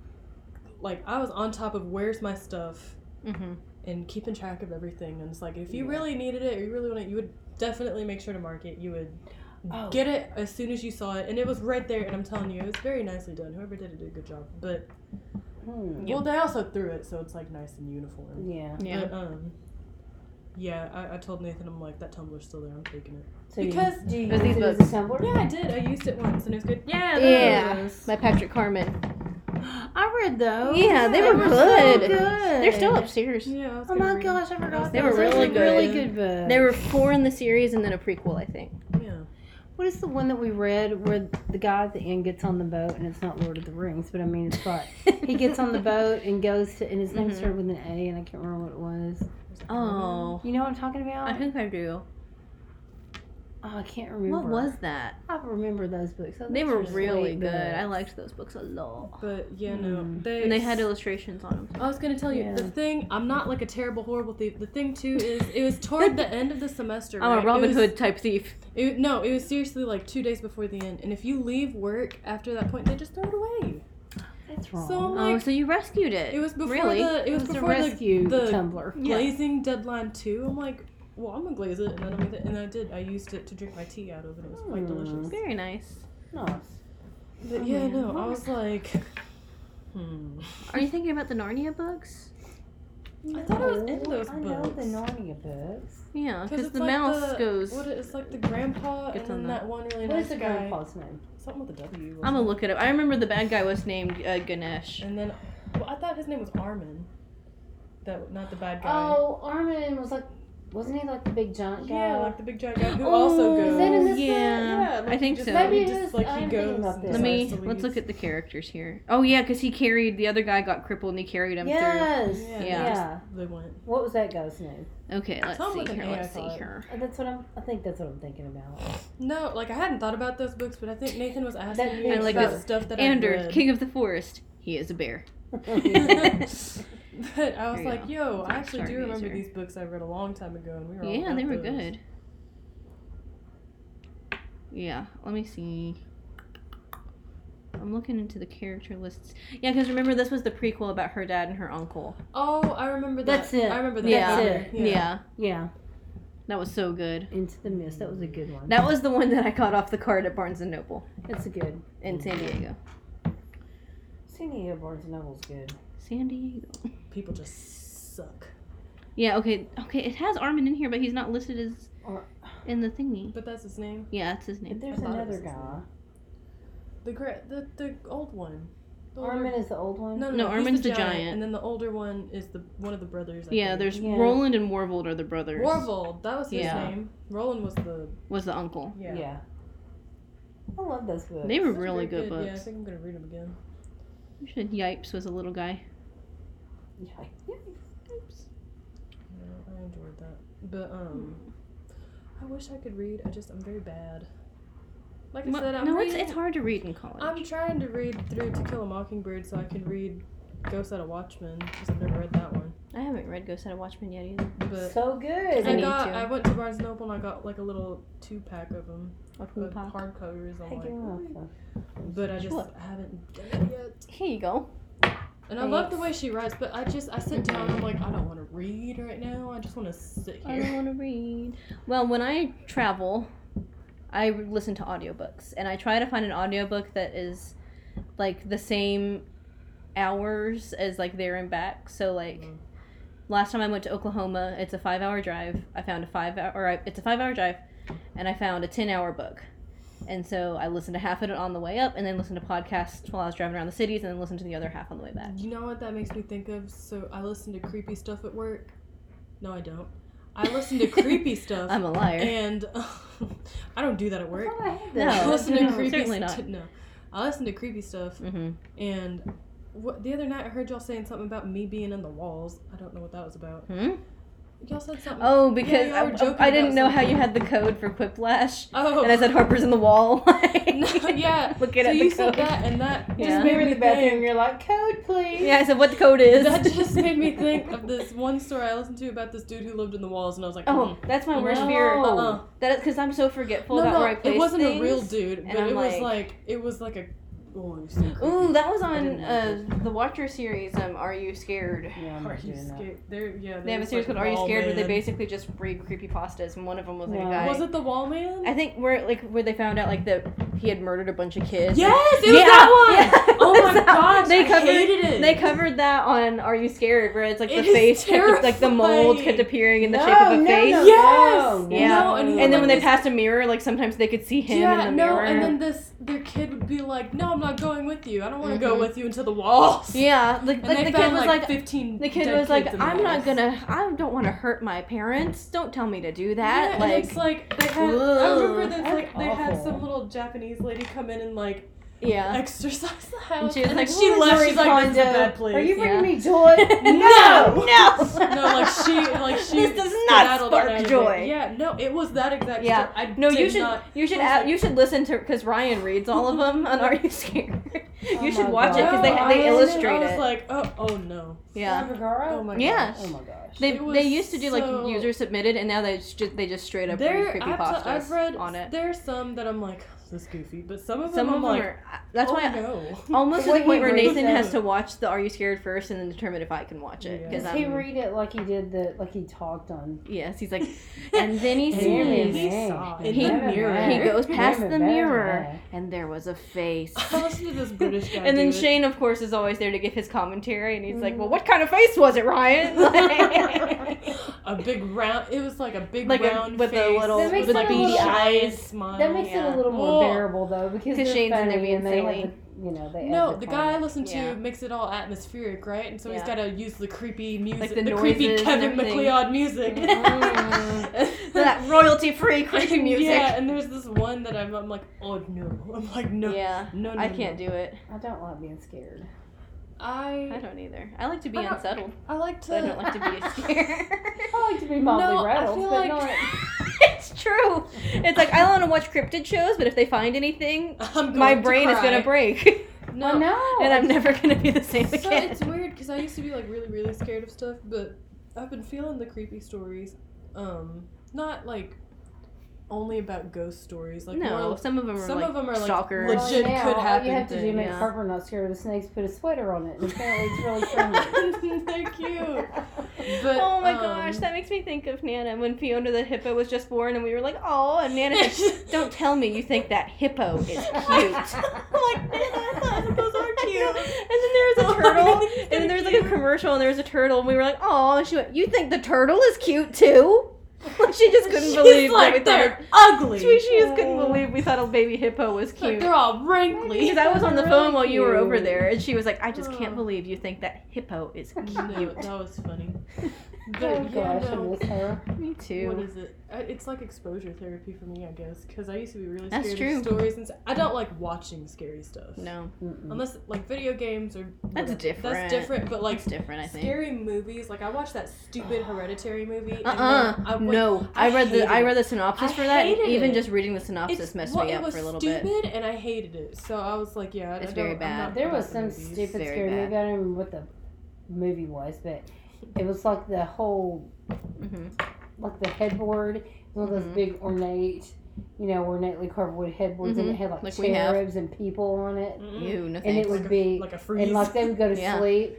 Speaker 3: like I was on top of where's my stuff
Speaker 1: hmm
Speaker 4: Uh,
Speaker 3: and keeping track of everything and it's like if you
Speaker 4: Yeah.
Speaker 3: really needed it or you really want it you would definitely make sure to mark it. You would
Speaker 4: Oh.
Speaker 3: get it as soon as you saw it and it was right there and I'm telling you it was very nicely done. Whoever did it did a good job. But
Speaker 4: Hmm.
Speaker 3: well they also threw it so it's like nice and uniform.
Speaker 4: Yeah.
Speaker 1: Yeah.
Speaker 3: But, um yeah, I, I told Nathan I'm like that tumbler's still there. I'm taking it.
Speaker 4: So you-
Speaker 3: Because-
Speaker 4: do you
Speaker 1: Those
Speaker 4: use it
Speaker 1: these
Speaker 4: as a
Speaker 1: books.
Speaker 4: tumbler?
Speaker 3: Yeah, I did. I used it once and it was good. Yeah,
Speaker 1: Yeah.
Speaker 3: those.
Speaker 1: By Patrick Carmen.
Speaker 5: I read those.
Speaker 1: Oh, Yeah, they were
Speaker 5: so
Speaker 1: good. They're
Speaker 5: good.
Speaker 1: still upstairs.
Speaker 3: Yeah. I was
Speaker 5: Oh
Speaker 3: gonna
Speaker 5: my
Speaker 3: read
Speaker 5: gosh, I forgot.
Speaker 1: They
Speaker 5: those.
Speaker 1: were
Speaker 5: Those
Speaker 1: really
Speaker 5: are
Speaker 1: good.
Speaker 5: Really good book.
Speaker 1: There were four in the series and then a prequel, I think.
Speaker 3: Yeah.
Speaker 5: What is the
Speaker 4: one that we read where the guy at the end gets on the boat and it's not Lord of the Rings, but I mean it's like he gets on the boat and goes to and his name
Speaker 5: Mm-hmm.
Speaker 1: Mhm.
Speaker 4: started with an A and I can't remember what it was.
Speaker 1: Oh.
Speaker 4: You know what I'm talking
Speaker 1: I
Speaker 4: about?
Speaker 1: think I do.
Speaker 4: Oh, I can't remember.
Speaker 1: What was that?
Speaker 4: I remember those books. Those
Speaker 1: They were
Speaker 4: sweet
Speaker 1: really good.
Speaker 4: books.
Speaker 1: I liked those books a lot.
Speaker 3: But yeah, no.
Speaker 4: Mm.
Speaker 3: They,
Speaker 1: And they had illustrations on them.
Speaker 3: I was gonna tell you
Speaker 4: Yeah.
Speaker 3: the thing. I'm not like a terrible, horrible thief. The thing too is it was toward the end of the semester.
Speaker 1: I'm
Speaker 3: right?
Speaker 1: a Robin
Speaker 3: It was-
Speaker 1: Hood type thief.
Speaker 3: It, no, it was seriously like two days before the end. And if you leave work after that point, they just throw it away.
Speaker 4: That's wrong.
Speaker 3: So I'm
Speaker 1: oh,
Speaker 3: like,
Speaker 1: so you rescued it.
Speaker 3: it was before
Speaker 1: really?
Speaker 3: the it was,
Speaker 4: the
Speaker 3: before
Speaker 4: rescue
Speaker 3: the
Speaker 4: tumbler.
Speaker 1: Yeah.
Speaker 3: glazing deadline too. I'm like, well, I'm gonna glaze it, and then I'm and I did. I used it to drink my tea out of, and it was quite
Speaker 4: Hmm.
Speaker 3: delicious.
Speaker 1: Very nice.
Speaker 4: Nice.
Speaker 3: But
Speaker 1: Oh,
Speaker 3: yeah,
Speaker 1: man.
Speaker 3: no, I was like, hmm.
Speaker 1: Are you thinking about the Narnia books?
Speaker 3: I thought it was in
Speaker 4: No,
Speaker 3: those
Speaker 4: I know the
Speaker 3: books.
Speaker 4: Narnia books.
Speaker 1: Yeah, because
Speaker 3: it's
Speaker 1: the
Speaker 3: like
Speaker 1: mouse
Speaker 3: the-
Speaker 1: goes.
Speaker 3: What, it's like the grandpa and
Speaker 1: Gets on
Speaker 3: then
Speaker 1: that.
Speaker 3: that one really
Speaker 4: What
Speaker 3: nice
Speaker 4: is the
Speaker 3: guy.
Speaker 4: grandpa's name?
Speaker 3: Something with a W. wasn't
Speaker 1: I'm gonna
Speaker 3: it?
Speaker 1: look it up. I remember the bad guy was named uh, Ganesh.
Speaker 3: And then, well, I thought his name was Armin. That not the bad guy.
Speaker 4: Oh, Armin was like, wasn't he like the big giant guy?
Speaker 3: yeah, like the big giant guy who also goes.
Speaker 4: Oh, Is that in
Speaker 1: Oh,
Speaker 4: this
Speaker 1: yeah,
Speaker 4: set?
Speaker 3: Yeah, like
Speaker 1: I
Speaker 3: he
Speaker 1: think
Speaker 3: just,
Speaker 1: so.
Speaker 4: Maybe
Speaker 3: he
Speaker 4: it
Speaker 3: just
Speaker 4: is.
Speaker 3: like
Speaker 4: I
Speaker 3: he
Speaker 4: am thinking
Speaker 3: goes.
Speaker 4: about
Speaker 3: and
Speaker 4: this.
Speaker 1: Let
Speaker 4: Sorry,
Speaker 1: me
Speaker 3: decides to
Speaker 1: let's
Speaker 3: leave.
Speaker 1: look at the characters here. Oh yeah, because he carried the other guy got crippled and he carried him
Speaker 4: yes.
Speaker 3: Yeah.
Speaker 4: Yeah.
Speaker 1: Yeah.
Speaker 3: They went.
Speaker 4: What was that guy's name?
Speaker 1: through. Okay, let's
Speaker 3: Something
Speaker 1: see
Speaker 3: with an
Speaker 1: here.
Speaker 3: A, I
Speaker 1: Let's see
Speaker 3: thought.
Speaker 1: here.
Speaker 4: Uh, That's what I'm. I think that's what I'm thinking about.
Speaker 3: No, like I hadn't thought about those books, but I think Nathan was asking
Speaker 4: That-
Speaker 3: me
Speaker 4: I
Speaker 3: about
Speaker 1: like this.
Speaker 3: stuff that I
Speaker 1: Anders,
Speaker 3: read.
Speaker 1: king of the forest. He is a bear.
Speaker 4: Yeah.
Speaker 3: But I was
Speaker 1: There you
Speaker 3: like,
Speaker 1: go.
Speaker 3: yo,
Speaker 1: Dark
Speaker 3: I actually do remember
Speaker 1: Stargazer.
Speaker 3: these books I read a long time ago, and we were all
Speaker 1: Yeah,
Speaker 3: about
Speaker 1: they were
Speaker 3: those.
Speaker 1: good. Yeah, let me see. I'm looking into the character lists. Yeah, because remember this was the prequel about her dad and her uncle.
Speaker 3: Oh, I remember that.
Speaker 4: That's it.
Speaker 3: I remember that.
Speaker 1: Yeah.
Speaker 4: That's
Speaker 1: Yeah,
Speaker 4: Yeah,
Speaker 1: that was so good.
Speaker 4: Into the Mist. That was a good one.
Speaker 1: That was the one that I caught off the card at Barnes and Noble
Speaker 4: That's a good.
Speaker 1: in San Diego.
Speaker 4: San Diego Barnes and Noble's good.
Speaker 1: San Diego.
Speaker 3: People just suck.
Speaker 1: Yeah. Okay. Okay. It has Armin in here, but he's not listed as
Speaker 4: Or-
Speaker 1: in the thingy.
Speaker 3: But that's his name.
Speaker 1: Yeah, that's his
Speaker 4: But
Speaker 1: name.
Speaker 4: there's
Speaker 3: I thought it
Speaker 4: another
Speaker 3: was-
Speaker 4: guy.
Speaker 3: The gra- the the old one. The older-
Speaker 4: Armin is the old one.
Speaker 3: No, no,
Speaker 1: No,
Speaker 3: he's
Speaker 1: Armin's
Speaker 3: the,
Speaker 1: the
Speaker 3: giant,
Speaker 1: giant.
Speaker 3: and then the older one is the one of the brothers. I
Speaker 1: Yeah.
Speaker 3: think.
Speaker 1: There's
Speaker 4: Yeah.
Speaker 1: Roland and Warvold are the brothers.
Speaker 3: Warvold. That was his
Speaker 1: Yeah.
Speaker 3: name. Roland was the
Speaker 1: was the uncle.
Speaker 3: yeah.
Speaker 4: yeah. I love those books.
Speaker 1: They were
Speaker 3: Those are
Speaker 1: really
Speaker 3: very
Speaker 1: good,
Speaker 3: Yeah, I
Speaker 1: books.
Speaker 3: think I'm gonna read them again.
Speaker 1: You should Yipes was a little guy.
Speaker 4: Yeah.
Speaker 3: Yeah, I enjoyed that. But um, Hmm, I wish I could read. I just I'm very bad. Like I
Speaker 1: Well,
Speaker 3: said, I'm
Speaker 1: no, it's,
Speaker 3: reading.
Speaker 1: it's hard to read in college.
Speaker 3: I'm trying to read through To Kill a Mockingbird so I can read Ghost Out of Watchmen because I've never read that one.
Speaker 1: I haven't read Ghost Out of Watchmen yet either.
Speaker 3: But
Speaker 4: So good.
Speaker 1: I
Speaker 3: I
Speaker 1: need
Speaker 3: got
Speaker 1: to.
Speaker 3: I went to Barnes and Noble and I got like a little two pack of them,
Speaker 1: Or
Speaker 3: with
Speaker 1: Pock.
Speaker 3: hardcovers. I'm
Speaker 4: I give
Speaker 3: like,
Speaker 4: them
Speaker 3: but I just
Speaker 1: Sure.
Speaker 3: haven't done it yet.
Speaker 1: Here you go.
Speaker 3: And I love the way she writes, but I just I sit down. and I'm like, I don't want to read right now. I just want to sit
Speaker 1: I don't
Speaker 3: here.
Speaker 1: want to read. Well, when I travel, I listen to audiobooks and I try to find an audiobook that is like the same hours as like there and back. So like
Speaker 3: Mhm.
Speaker 1: last time I went to Oklahoma, it's a 5-hour drive. I found a 5 hour or I, it's a 5-hour drive and I found a 10-hour book. And so I listened to half of it on the way up and then listened to podcasts while I was driving around the cities and then listened to the other half on the way back.
Speaker 3: You know what that makes me think of? So I listen to creepy stuff at work. No, I don't. I listen to creepy stuff.
Speaker 1: I'm a liar.
Speaker 3: and I don't do that at
Speaker 4: I
Speaker 3: work.
Speaker 4: thought I had
Speaker 1: No.
Speaker 3: I
Speaker 4: those.
Speaker 3: listen to
Speaker 1: no,
Speaker 3: creepy
Speaker 1: certainly not.
Speaker 3: st- No, I listen to creepy stuff.
Speaker 1: Mhm.
Speaker 3: And what, the other night, I heard y'all saying something about me being in the walls. I don't know what that was about.
Speaker 1: Hmm?
Speaker 3: Y'all said something.
Speaker 1: Oh, because
Speaker 3: y'all were joking
Speaker 1: I, I didn't
Speaker 3: about
Speaker 1: know how you had
Speaker 3: something.
Speaker 1: the code for Quiplash.
Speaker 3: Oh.
Speaker 1: and I said Harper's in the wall.
Speaker 3: No, yeah.
Speaker 1: Looking
Speaker 3: so
Speaker 1: at
Speaker 3: you
Speaker 1: the
Speaker 3: said
Speaker 1: code.
Speaker 3: that, and that just
Speaker 1: Yeah.
Speaker 4: We
Speaker 3: made
Speaker 4: were in
Speaker 3: me
Speaker 4: the bathroom.
Speaker 3: think.
Speaker 4: You're like, code, please.
Speaker 1: Yeah, I said what the code is.
Speaker 3: That just made me think of this one story I listened to about this dude who lived in the walls, and I was like, "Hmm,
Speaker 1: Oh, that's my worst fear.
Speaker 4: No.
Speaker 3: uh
Speaker 1: That is because I'm so forgetful
Speaker 3: No,
Speaker 1: about
Speaker 3: no,
Speaker 1: where I place
Speaker 3: it wasn't
Speaker 1: things.
Speaker 3: a real dude,
Speaker 1: and
Speaker 3: but
Speaker 1: I'm
Speaker 3: it was
Speaker 1: like-
Speaker 3: like it was like a. Oh, you're so creepy.
Speaker 1: Ooh, that was
Speaker 3: I
Speaker 1: on
Speaker 3: didn't
Speaker 1: uh,
Speaker 3: like
Speaker 1: the Watcher series. Um, Are you scared?
Speaker 4: Yeah, I'm
Speaker 3: Are
Speaker 4: not
Speaker 3: you
Speaker 4: doing that.
Speaker 3: scared? They're, yeah,
Speaker 1: They have a
Speaker 3: there's,
Speaker 1: series
Speaker 3: like,
Speaker 1: called Are You
Speaker 3: Wall
Speaker 1: Scared, where they
Speaker 3: Man.
Speaker 1: basically just read creepy pastas, and one of them was like
Speaker 4: No.
Speaker 1: a guy.
Speaker 3: Was it the Wall Man?
Speaker 1: I think where like where they found out like that he had murdered a bunch of kids.
Speaker 3: yes, it was that one.
Speaker 1: yeah, it
Speaker 3: Oh
Speaker 1: was
Speaker 3: my
Speaker 1: that-
Speaker 3: gosh,
Speaker 1: They
Speaker 3: I
Speaker 1: covered
Speaker 3: hated it.
Speaker 1: They covered that on Are You Scared? Where it's like
Speaker 3: It
Speaker 1: the
Speaker 3: is
Speaker 1: face, kept, like the mold
Speaker 3: terrifying.
Speaker 1: kept appearing in the
Speaker 4: no,
Speaker 1: shape of a
Speaker 4: no,
Speaker 1: face.
Speaker 4: No,
Speaker 3: Yes!
Speaker 4: No, no.
Speaker 1: Yeah.
Speaker 3: No, and he
Speaker 1: And then when they
Speaker 3: this-
Speaker 1: passed a mirror, like sometimes they could see him
Speaker 3: yeah,
Speaker 1: in the
Speaker 3: no,
Speaker 1: mirror.
Speaker 3: and then this their kid would be like, "No, I'm not going with you. I don't want to
Speaker 1: Mhm.
Speaker 3: go with you into the walls."
Speaker 1: yeah, like,
Speaker 3: and
Speaker 1: like
Speaker 3: they
Speaker 1: the kid
Speaker 3: found
Speaker 1: was
Speaker 3: like,
Speaker 1: like,
Speaker 3: 15.
Speaker 1: the kid
Speaker 3: dead
Speaker 1: was like,
Speaker 3: kids in the
Speaker 1: I'm not
Speaker 3: walls."
Speaker 1: gonna, I don't want to hurt my parents. Don't tell me to do
Speaker 3: Yeah,
Speaker 1: that.
Speaker 3: and
Speaker 1: like,
Speaker 3: it's like they had. I remember
Speaker 1: ugh,
Speaker 3: this
Speaker 4: that's
Speaker 3: like they had
Speaker 4: awful.
Speaker 3: some little Japanese lady come in and like
Speaker 1: yeah.
Speaker 3: exercise the house.
Speaker 1: And she was
Speaker 3: and
Speaker 1: like,
Speaker 3: she
Speaker 1: "Where's
Speaker 3: left.
Speaker 1: Marie
Speaker 3: She's like, "This is a
Speaker 1: Kondo?
Speaker 3: bad place."
Speaker 4: Are you bringing
Speaker 1: Yeah.
Speaker 4: me joy?
Speaker 1: no, no,
Speaker 3: no, like she, like she.
Speaker 1: This does not
Speaker 3: skedaddled
Speaker 1: spark
Speaker 3: out of it.
Speaker 1: joy.
Speaker 3: Yeah, no, it was that exact.
Speaker 1: Yeah.
Speaker 3: story. I
Speaker 1: No,
Speaker 3: did
Speaker 1: you should
Speaker 3: Not,
Speaker 1: you should
Speaker 3: I was
Speaker 1: add,
Speaker 3: like-
Speaker 1: you should listen to because Ryan reads all of them on Are You Scared?
Speaker 4: Oh
Speaker 1: you should
Speaker 4: my
Speaker 1: watch it because they
Speaker 3: No,
Speaker 4: God.
Speaker 1: they
Speaker 3: Oh, I was- I
Speaker 1: illustrate
Speaker 3: was
Speaker 1: it.
Speaker 3: like, oh, oh no.
Speaker 1: yeah.
Speaker 3: Oh my
Speaker 1: Yeah.
Speaker 4: Oh my gosh.
Speaker 1: They,
Speaker 3: It
Speaker 1: they
Speaker 3: was
Speaker 1: used to do like
Speaker 3: so-
Speaker 1: user submitted, and now they just they just straight up
Speaker 3: There,
Speaker 1: read
Speaker 3: I've,
Speaker 1: creepypastas
Speaker 3: I've read.
Speaker 1: on it.
Speaker 3: There are some that I'm like, this is goofy, but some of
Speaker 1: Some of
Speaker 3: them I'm
Speaker 1: them
Speaker 3: like,
Speaker 1: are. I- That's
Speaker 3: oh,
Speaker 1: why
Speaker 3: no.
Speaker 1: almost
Speaker 4: The
Speaker 1: to the
Speaker 4: way
Speaker 1: point
Speaker 4: he
Speaker 1: where
Speaker 4: reads
Speaker 1: Nathan
Speaker 4: it.
Speaker 1: has to watch the Are You Scared first, and then determine if I can watch it. Because
Speaker 3: Yeah.
Speaker 4: Does he
Speaker 1: I'm
Speaker 4: read it like he did the like he talked on?
Speaker 1: yes, he's like, and then he sees,
Speaker 4: And then he
Speaker 3: saw
Speaker 1: and
Speaker 3: it.
Speaker 1: he
Speaker 3: Never
Speaker 1: he
Speaker 3: mind.
Speaker 1: goes past
Speaker 4: Never
Speaker 1: the
Speaker 4: mind.
Speaker 1: mirror, and there was a face.
Speaker 3: I listened to this British guy.
Speaker 1: And then
Speaker 3: do it.
Speaker 1: Shane, of course, is always there to give his commentary, and he's like,
Speaker 3: Mm.
Speaker 1: "Well, what kind of face was it, Ryan?" Like-
Speaker 3: a big round. It was like a big
Speaker 1: Like a-
Speaker 3: round
Speaker 1: with a
Speaker 3: face,
Speaker 1: little-
Speaker 4: That makes
Speaker 3: with
Speaker 4: it
Speaker 3: like
Speaker 4: a
Speaker 3: beady
Speaker 4: little-
Speaker 3: eyes, smile.
Speaker 4: That makes it
Speaker 1: yeah.
Speaker 4: a little more
Speaker 3: Oh.
Speaker 4: bearable though because
Speaker 1: 'Cause
Speaker 4: they're
Speaker 1: Shane's in
Speaker 4: funny
Speaker 1: there being
Speaker 4: and they
Speaker 1: silly.
Speaker 4: like the, you know they add
Speaker 3: no,
Speaker 4: the
Speaker 3: the guy I
Speaker 4: fun.
Speaker 3: listen to
Speaker 1: Yeah.
Speaker 3: makes it all atmospheric, right? And so he's
Speaker 1: Yeah.
Speaker 3: got to use the creepy music,
Speaker 1: the
Speaker 3: the, creepy
Speaker 1: noises and
Speaker 3: Kevin
Speaker 1: everything.
Speaker 3: McLeod music.
Speaker 1: Mm. that royalty-free creepy music.
Speaker 3: Yeah, and there's this one that I'm, I'm like, oh no, I'm like no,
Speaker 1: Yeah,
Speaker 3: no, no,
Speaker 1: I can't do it.
Speaker 4: I don't like being scared.
Speaker 1: I
Speaker 3: I
Speaker 1: don't either. I like to be
Speaker 3: I don't- Oh,
Speaker 1: unsettled,
Speaker 3: I like to.
Speaker 1: but I don't like to be scared.
Speaker 4: I like to be mildly
Speaker 3: No, I
Speaker 4: rattled,
Speaker 3: feel
Speaker 4: but
Speaker 3: like-
Speaker 4: not.
Speaker 1: it's true. It's like I don't want to watch cryptid shows, but if they find anything,
Speaker 3: I'm going
Speaker 1: my
Speaker 3: to
Speaker 1: brain is
Speaker 3: cry.
Speaker 1: gonna break.
Speaker 4: I know.
Speaker 1: and I'm
Speaker 4: it's-
Speaker 1: never gonna be the same
Speaker 3: So
Speaker 1: again.
Speaker 3: it's weird because I used to be like really, really scared of stuff, but I've been feeling the creepy stories. Um, not like only about ghost stories. Like
Speaker 1: no,
Speaker 3: more,
Speaker 1: some of them are
Speaker 3: some
Speaker 1: like
Speaker 3: of 'em are, like,
Speaker 1: stalkers.
Speaker 4: Well,
Speaker 3: legit
Speaker 4: yeah,
Speaker 3: could
Speaker 4: All
Speaker 3: happen
Speaker 4: you have to do
Speaker 3: thing,
Speaker 4: to make
Speaker 1: yeah.
Speaker 4: Harper not scared of the snakes, put a sweater on it. And apparently it's really friendly.
Speaker 3: they're cute. But,
Speaker 1: oh my
Speaker 3: um,
Speaker 1: gosh, that makes me think of Nana when Fiona the hippo was just born, and we were like, "Oh," and Nana's like, "Don't tell me you think that hippo is cute." I'm like, "Nana, hippos are cute." And then there was
Speaker 3: Oh,
Speaker 1: a turtle, and then there was like a commercial, and there was a turtle, and we were like, "Oh," and she went, "You think the turtle is cute too?" Like she just couldn't
Speaker 3: She's
Speaker 1: believe that we
Speaker 3: like
Speaker 1: thought.
Speaker 3: they're ugly.
Speaker 1: She, she just couldn't believe we thought a baby hippo was
Speaker 3: Like,
Speaker 1: cute.
Speaker 3: they're all wrinkly.
Speaker 1: Because I was on the
Speaker 4: Really
Speaker 1: phone while you were over
Speaker 4: cute.
Speaker 1: there, and she was like, "I just can't
Speaker 3: Oh.
Speaker 1: believe you think that hippo is
Speaker 3: No,
Speaker 1: cute."
Speaker 3: that was funny. But
Speaker 4: oh
Speaker 3: yeah,
Speaker 4: gosh, I
Speaker 3: no,
Speaker 4: miss her.
Speaker 1: Me too.
Speaker 3: What is it? I- It's like exposure therapy for me, I guess, because I used to be really
Speaker 1: That's
Speaker 3: scared
Speaker 1: true.
Speaker 3: of stories and s I don't like watching scary stuff.
Speaker 1: No,
Speaker 4: Mm-mm.
Speaker 3: Unless like video games or
Speaker 1: That's different.
Speaker 3: That's different, but like
Speaker 1: it's different. I think.
Speaker 3: scary movies, like I watched that stupid Hereditary movie. and
Speaker 1: Uh uh
Speaker 3: then I went-
Speaker 1: No,
Speaker 3: I
Speaker 1: I, read the
Speaker 3: hated
Speaker 1: I
Speaker 3: it.
Speaker 1: read the synopsis
Speaker 3: I
Speaker 1: for that.
Speaker 3: hated
Speaker 1: Even
Speaker 3: it.
Speaker 1: just reading the
Speaker 3: It's-
Speaker 1: synopsis messed
Speaker 3: well,
Speaker 1: me
Speaker 3: it
Speaker 1: up
Speaker 3: was
Speaker 1: for a little
Speaker 3: stupid,
Speaker 1: bit.
Speaker 3: and I hated it. So I was like, yeah, I-
Speaker 1: It's
Speaker 3: I
Speaker 1: very
Speaker 3: don't- I'm
Speaker 1: bad.
Speaker 3: not
Speaker 4: There
Speaker 3: about
Speaker 4: was
Speaker 3: the
Speaker 4: some
Speaker 3: movies.
Speaker 4: stupid
Speaker 1: Very
Speaker 4: scary
Speaker 1: bad.
Speaker 4: movie. I don't remember what the movie was, but it was like the whole
Speaker 1: hmm
Speaker 4: like the headboard, it was one of
Speaker 1: Mhm.
Speaker 4: those big ornate, you know, ornately carved wood headboards, and
Speaker 1: Mhm.
Speaker 4: it had like,
Speaker 1: Like we have.
Speaker 4: cherubs and people on it,
Speaker 3: Mm-mm.
Speaker 1: Ew, no
Speaker 4: and
Speaker 1: thanks.
Speaker 4: it would
Speaker 3: Like a-
Speaker 4: be
Speaker 3: like a freeze.
Speaker 4: and like they would go to
Speaker 1: Yeah.
Speaker 4: sleep,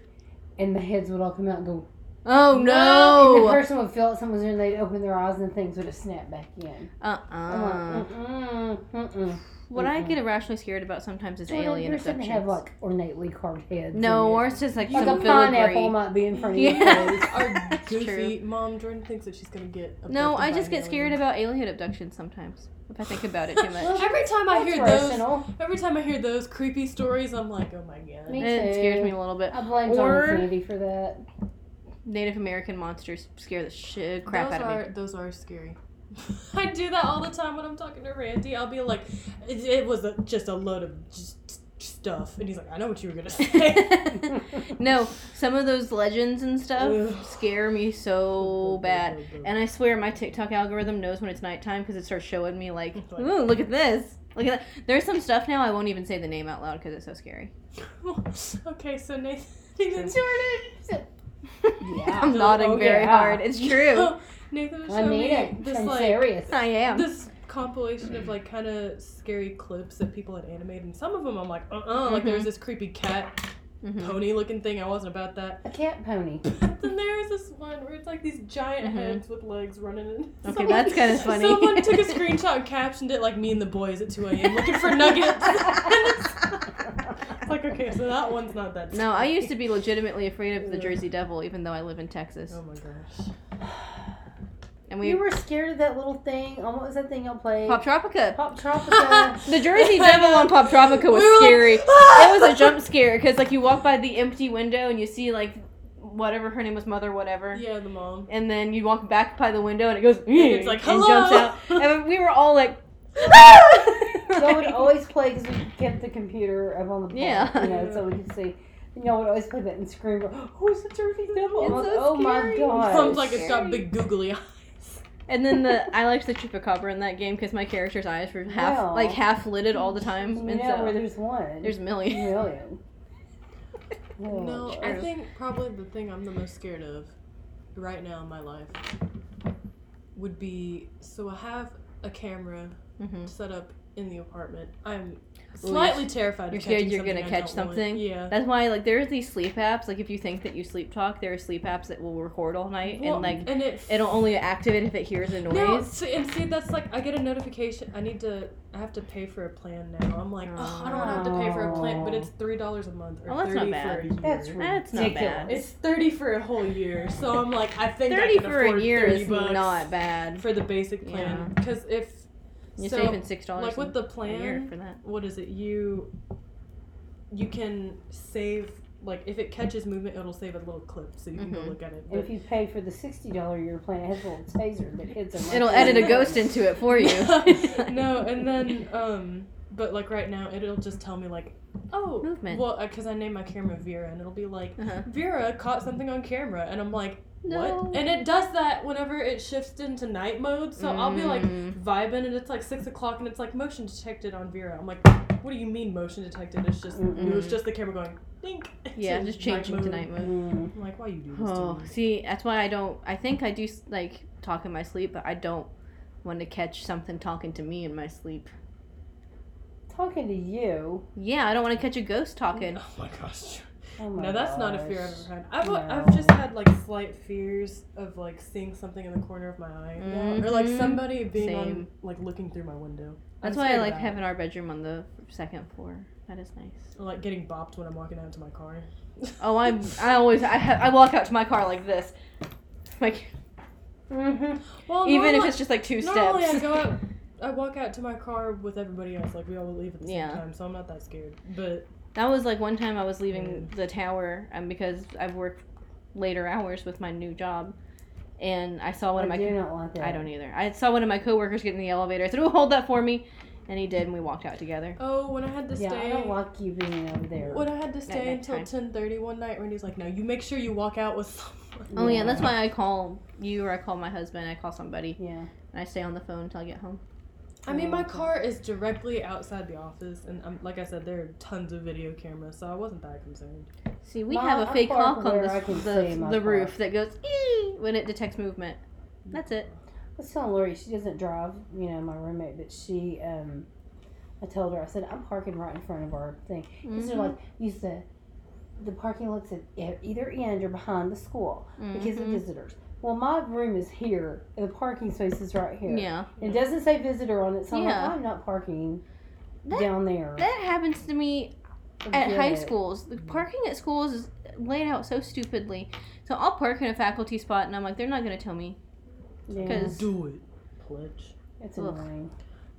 Speaker 4: and the heads would all come out and go.
Speaker 1: oh
Speaker 4: And the
Speaker 1: no!
Speaker 4: person would feel like someone's in, they'd open their eyes, and things would have snapped back in.
Speaker 1: Uh uh
Speaker 4: I'm like, mm-mm, mm-mm.
Speaker 1: What I
Speaker 4: Mhm.
Speaker 1: get irrationally scared about sometimes is
Speaker 4: Jordan,
Speaker 1: alien
Speaker 4: you're supposed to have
Speaker 1: abductions.
Speaker 4: like ornately carved heads.
Speaker 1: No,
Speaker 4: in it.
Speaker 1: or it's just like,
Speaker 4: like
Speaker 1: some
Speaker 4: a pineapple
Speaker 1: filigree.
Speaker 4: might be in front of
Speaker 1: Yeah.
Speaker 4: your face.
Speaker 3: Our
Speaker 1: It's
Speaker 3: goofy mom Jordan thinks that she's gonna get.
Speaker 1: No,
Speaker 3: abducted
Speaker 1: I
Speaker 3: by
Speaker 1: just
Speaker 3: an
Speaker 1: get scared
Speaker 3: alien.
Speaker 1: about alien abductions sometimes if I think about it too much.
Speaker 3: Every time I
Speaker 4: That's
Speaker 3: hear those,
Speaker 4: personal.
Speaker 3: every time I hear those creepy stories, I'm like, oh my god.
Speaker 4: Me
Speaker 1: it scares
Speaker 4: too.
Speaker 1: me a little bit.
Speaker 4: I blame
Speaker 1: Or-
Speaker 4: John Kennedy for that.
Speaker 1: Native American monsters scare the shit crap out
Speaker 3: those
Speaker 1: of
Speaker 3: are
Speaker 1: me.
Speaker 3: those are scary. I do that all the time when I'm talking to Randy. I'll be like, it, it was a, just a load of just stuff, and he's like, I know what you were gonna say.
Speaker 1: no, some of those legends and stuff
Speaker 3: Ugh.
Speaker 1: scare me so bad. And I swear my TikTok algorithm knows when it's nighttime because it starts showing me like,
Speaker 3: It's like-
Speaker 1: ooh, look at this. Look at that. There's some stuff now I won't even say the name out loud because it's so scary.
Speaker 3: okay, so Nathan. Nathan
Speaker 4: Jordan. Yeah.
Speaker 1: I'm nodding
Speaker 3: Oh,
Speaker 1: very
Speaker 4: yeah.
Speaker 1: hard. It's true.
Speaker 3: Nathan was
Speaker 4: I
Speaker 3: showing
Speaker 4: mean
Speaker 3: me
Speaker 4: it.
Speaker 3: this
Speaker 4: I'm
Speaker 3: like
Speaker 4: serious.
Speaker 1: I am.
Speaker 3: this compilation of like kind of scary clips that people had animated, and some of them I'm like, uh uh like
Speaker 1: Mm-hmm.
Speaker 3: there was this creepy cat
Speaker 1: Mhm.
Speaker 3: pony looking thing. I wasn't about that.
Speaker 4: A cat pony.
Speaker 3: then there is this one where it's like these giant
Speaker 1: Mhm.
Speaker 3: heads with legs running in.
Speaker 1: Okay, that's kinda funny.
Speaker 3: Someone took a screenshot and captioned it like me and the boys at 2 a.m. looking for nuggets. it's like, okay, so that one's not that
Speaker 1: No, I used to be legitimately afraid of the Jersey Devil, even though I live in Texas.
Speaker 3: Oh my gosh.
Speaker 1: And
Speaker 4: We
Speaker 1: we
Speaker 4: were scared of that little thing. Oh, what was that thing y'all played?
Speaker 1: Pop Tropica.
Speaker 4: Pop Tropica.
Speaker 1: The Jersey Devil on Pop Tropica was
Speaker 3: We were like,
Speaker 1: scary.
Speaker 3: "Ah!"
Speaker 1: it was a jump scare because like you walk by the empty window and you see like whatever her name was, mother whatever.
Speaker 3: Yeah, the mom.
Speaker 1: and then you walk back by the window and it goes
Speaker 3: it's like,
Speaker 1: and jumps
Speaker 3: "Hello!"
Speaker 1: out and we were all like "Ah!"
Speaker 4: y'all would always play because we kept the computer up on the board,
Speaker 1: Yeah.
Speaker 4: you know, so we could see. And y'all would always play that and scream, "Who's the Jersey Devil?"
Speaker 1: It's
Speaker 4: I'm like,
Speaker 1: so
Speaker 4: oh my
Speaker 1: scary.
Speaker 4: god!
Speaker 3: Sounds like it's got
Speaker 1: scary.
Speaker 3: big googly eyes.
Speaker 1: and then the I liked the chupacabra in that game because my character's eyes were half
Speaker 4: Well.
Speaker 1: like half lidded all the time
Speaker 4: you
Speaker 1: and
Speaker 4: know where
Speaker 1: so
Speaker 4: there's one.
Speaker 1: there's
Speaker 4: a
Speaker 1: Millie
Speaker 4: million.
Speaker 3: No,
Speaker 4: Yeah.
Speaker 3: I
Speaker 1: True.
Speaker 3: think probably the thing I'm the most scared of right now in my life would be so I have a camera
Speaker 1: Mhm.
Speaker 3: set up in the apartment. I'm
Speaker 1: you're
Speaker 3: slightly terrified. of
Speaker 1: you're scared
Speaker 3: catching
Speaker 1: you're gonna
Speaker 3: something I
Speaker 1: catch
Speaker 3: don't want.
Speaker 1: something?
Speaker 3: Yeah.
Speaker 1: that's why like there's these sleep apps like if you think that you sleep talk there are sleep apps that will record all night and
Speaker 3: Well,
Speaker 1: like
Speaker 3: and it
Speaker 1: it'll only activate if it hears a noise
Speaker 3: no, see, and see that's like I get a notification. I need to. I have to pay for a plan now. I'm like, oh, I don't want to have to pay for a plan, but it's three dollars a month or
Speaker 1: Oh, that's not
Speaker 3: thirty for
Speaker 1: bad.
Speaker 3: a year.
Speaker 4: That's
Speaker 1: that's not
Speaker 4: Ridiculous.
Speaker 1: bad
Speaker 3: it's thirty for a whole year, so I'm like, I think I
Speaker 1: 30
Speaker 3: can
Speaker 1: for a
Speaker 3: afford
Speaker 1: year
Speaker 3: 30
Speaker 1: is
Speaker 3: bucks
Speaker 1: not bad
Speaker 3: for the basic plan because if
Speaker 1: you're
Speaker 3: so,
Speaker 1: saving six dollars
Speaker 3: like with the plan,
Speaker 1: a year for that
Speaker 3: what is it you you can save like if it catches movement it'll save a little clip so you can
Speaker 1: Mhm.
Speaker 3: go look at it
Speaker 4: And if you pay for the sixty dollar year plan, it has a little taser that hits them. right
Speaker 1: It'll
Speaker 4: there.
Speaker 1: edit a ghost into it for you.
Speaker 3: no and then um but like right now it'll just tell me like oh
Speaker 1: Movement.
Speaker 3: well because i named my camera vera and it'll be like
Speaker 1: Uh-huh.
Speaker 3: vera caught something on camera and i'm like
Speaker 1: No.
Speaker 3: what and it does that whenever it shifts into night mode so i'll be like
Speaker 1: Mm.
Speaker 3: vibing and it's like six o'clock and it's like motion detected on vera i'm like What do you mean motion detected? It's just it was just the camera going dink.
Speaker 1: Yeah, just changing to
Speaker 3: mode.
Speaker 1: night mode.
Speaker 4: Mm.
Speaker 3: I'm like, why you do this
Speaker 1: Oh,
Speaker 3: to me?
Speaker 1: see, that's why I don't. I think I do like talk in my sleep, but I don't want to catch something talking to me in my sleep.
Speaker 4: Talking to you.
Speaker 1: Yeah, I don't want to catch a ghost talking.
Speaker 3: Oh my gosh.
Speaker 4: Oh my
Speaker 3: No, that's not a fear I've
Speaker 4: gosh.
Speaker 3: ever had. I've,
Speaker 4: No.
Speaker 3: I've just had like slight fears of like seeing something in the corner of my eye, or like
Speaker 1: Mhm.
Speaker 3: somebody being on
Speaker 1: Same.
Speaker 3: like looking through my window.
Speaker 1: That's
Speaker 3: I'm
Speaker 1: why I
Speaker 3: scared of
Speaker 1: like
Speaker 3: that.
Speaker 1: having our bedroom on the second floor. That is nice.
Speaker 3: Or, like getting bopped when I'm walking out to my car.
Speaker 1: Oh, I am I always I ha- I walk out to my car like this, like
Speaker 4: Mm-hmm. Oh,
Speaker 3: well,
Speaker 1: even if
Speaker 3: normally-
Speaker 1: it's just like two
Speaker 3: normally I
Speaker 1: steps.
Speaker 3: go out, I walk out to my car with everybody else. Like we all leave at the same
Speaker 1: Yeah.
Speaker 3: time, so I'm not that scared. But
Speaker 1: That was like one time I was leaving the tower um, because I've worked later hours with my new job, and I saw one
Speaker 4: I
Speaker 1: of my
Speaker 4: do not want that.
Speaker 1: I don't either. I saw one of my coworkers get in the elevator. I said, "Oh, hold that for me," and he did, and we walked out together.
Speaker 3: oh, when I had to
Speaker 4: Yeah,
Speaker 3: stay.
Speaker 4: I don't like you being over there.
Speaker 3: when I had to stay until
Speaker 1: nighttime.
Speaker 3: ten thirty one night, Randy's like, "No, you make sure you walk out with someone."
Speaker 1: Oh yeah, that's why I call you or I call my husband. I call somebody
Speaker 4: Yeah.
Speaker 1: and I stay on the phone until I get home.
Speaker 3: I mean,
Speaker 1: Oh,
Speaker 3: my car is directly outside the office, and um, like I said, there are tons of video cameras, so I wasn't that concerned.
Speaker 1: See, we
Speaker 4: Mom,
Speaker 1: have a
Speaker 4: I'm
Speaker 1: fake
Speaker 4: far
Speaker 1: clock
Speaker 4: from
Speaker 1: on
Speaker 4: where
Speaker 1: this,
Speaker 4: I can see
Speaker 1: the
Speaker 4: my
Speaker 1: the
Speaker 4: car.
Speaker 1: roof that goes ee when it detects movement. That's it.
Speaker 4: I was telling Lori she doesn't drive, you know, my roommate, but she, um, I told her, I said, I'm parking right in front of our thing. Because they're
Speaker 1: Mhm.
Speaker 4: like, use the, the parking looks at e- either end or behind the school because of
Speaker 1: Mhm.
Speaker 4: visitors. Well, my room is here, and the parking space is right here.
Speaker 1: Yeah,
Speaker 4: It doesn't say visitor on it, so I'm
Speaker 1: Yeah.
Speaker 4: like, I'm not parking
Speaker 1: That-
Speaker 4: down there.
Speaker 1: that happens to me at
Speaker 4: Forget
Speaker 1: high
Speaker 4: it.
Speaker 1: schools. The parking at schools is laid out so stupidly. So I'll park in a faculty spot, and I'm like, they're not gonna tell me
Speaker 4: Yeah,
Speaker 1: because
Speaker 3: Do it, pledge.
Speaker 4: it's
Speaker 1: Ugh.
Speaker 4: annoying.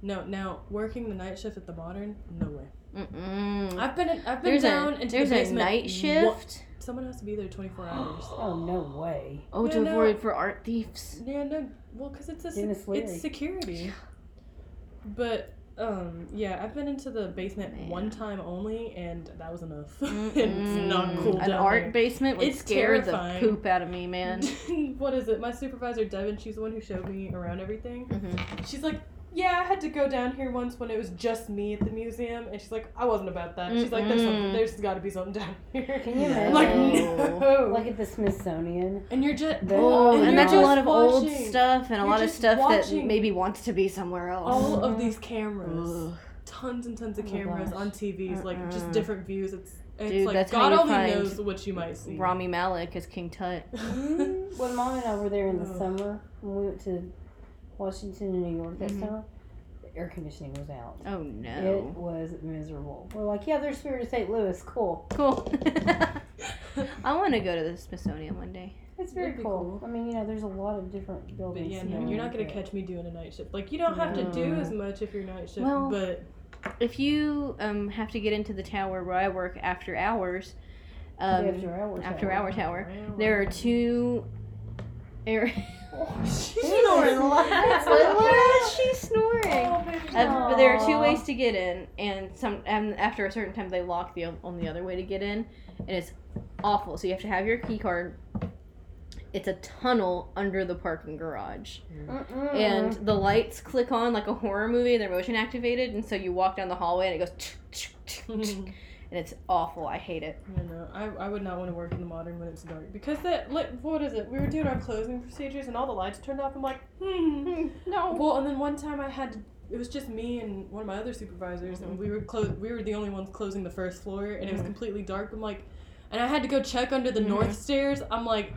Speaker 3: No, now working the night shift at the modern, no way.
Speaker 1: mm
Speaker 3: I've been I've been
Speaker 1: there's
Speaker 3: down
Speaker 1: a
Speaker 3: into
Speaker 1: there's
Speaker 3: the
Speaker 1: a
Speaker 3: basement.
Speaker 1: night
Speaker 3: one-
Speaker 1: shift.
Speaker 3: Someone has to be there twenty four hours.
Speaker 4: Oh, no way.
Speaker 1: Oh,
Speaker 3: Yeah,
Speaker 1: to
Speaker 3: no.
Speaker 1: avoid for art thieves.
Speaker 3: Yeah, no, well, because it's a sec-
Speaker 4: Dennis Leary.
Speaker 3: it's security. But um, yeah, I've been into the basement
Speaker 1: Man.
Speaker 3: one time only, and that was enough.
Speaker 1: Mm-mm.
Speaker 3: it's not cool.
Speaker 1: An
Speaker 3: down
Speaker 1: art
Speaker 3: there.
Speaker 1: basement would
Speaker 3: It's
Speaker 1: scare
Speaker 3: terrifying.
Speaker 1: the poop out of me, man.
Speaker 3: what is it? My supervisor Devin, she's the one who showed me around everything.
Speaker 1: Mhm.
Speaker 3: She's like, "Yeah, I had to go down here once when it was just me at the museum," and she's like, "I wasn't about that." She's like, "There's something.
Speaker 1: Mm-mm.
Speaker 3: There's got to be something down here."
Speaker 4: Can you
Speaker 3: I'm like,
Speaker 1: No.
Speaker 3: no.
Speaker 4: Look at the Smithsonian.
Speaker 3: and you're just
Speaker 4: They-
Speaker 1: Oh,
Speaker 4: And
Speaker 1: and
Speaker 4: you're
Speaker 1: that's a
Speaker 4: just
Speaker 1: lot of old
Speaker 3: watching.
Speaker 1: stuff and a
Speaker 3: You're
Speaker 1: lot of
Speaker 3: just
Speaker 1: stuff that
Speaker 3: watching.
Speaker 1: maybe wants to be somewhere else.
Speaker 3: all of these cameras.
Speaker 1: Oh Ugh.
Speaker 3: tons and tons of
Speaker 4: Oh my
Speaker 3: cameras
Speaker 4: gosh.
Speaker 3: on TVs, like just
Speaker 1: Uh-uh.
Speaker 3: different views. It's it's
Speaker 1: Dude,
Speaker 3: like
Speaker 1: that's how
Speaker 3: God
Speaker 1: you
Speaker 3: only
Speaker 1: find
Speaker 3: knows what you might see.
Speaker 1: Rami Malek as King Tut.
Speaker 4: when mom and I were there in the
Speaker 3: Ugh.
Speaker 4: summer, when we went to Washington and New York that
Speaker 3: Mm-hmm.
Speaker 1: Mhm.
Speaker 4: summer, the air conditioning was out.
Speaker 1: Oh
Speaker 4: It
Speaker 1: no.
Speaker 4: was miserable. We're like, yeah, there's Spirit of St. Louis. Cool.
Speaker 1: Cool. I want to go to the Smithsonian one day.
Speaker 4: It's very
Speaker 3: That'd be
Speaker 4: cool. I mean, you know, there's a lot of different
Speaker 3: but
Speaker 4: buildings.
Speaker 3: yeah,
Speaker 4: here
Speaker 3: no, you're not gonna
Speaker 4: that-
Speaker 3: catch me doing a night shift. Like you don't have to do
Speaker 1: No.
Speaker 3: as much if you're night shift,
Speaker 1: Well-
Speaker 3: but
Speaker 1: If you um, have to get into the tower where I work after hours, um,
Speaker 4: The after hours.
Speaker 1: after
Speaker 4: hour.
Speaker 1: hour tower. There are two air.
Speaker 3: She's
Speaker 4: snoring a lot.
Speaker 1: Look, she's snoring.
Speaker 3: Oh, baby.
Speaker 1: Uh, but there are two
Speaker 4: Aw.
Speaker 1: ways to get in, and some and after a certain time they lock the only other way to get in, and it's awful. So you have to have your key card. It's a tunnel under the parking garage,
Speaker 4: Mm-mm.
Speaker 1: and the lights click on like a horror movie. They're motion activated, and so you walk down the hallway and it goes,
Speaker 3: Mhm.
Speaker 1: and it's awful. I hate it.
Speaker 3: I know. I, I would not want to work in the modern when it's dark because that like what is it? We were doing our closing procedures and all the lights turned off. I'm like, hmm.
Speaker 1: No.
Speaker 3: Well, and then one time I had to, it was just me and one of my other supervisors, and we were
Speaker 1: Mm-hmm.
Speaker 3: close. We were the only ones closing the first floor, and it was
Speaker 1: Mhm.
Speaker 3: completely dark. I'm like, and I had to go check under the
Speaker 1: Mhm.
Speaker 3: north stairs. I'm like,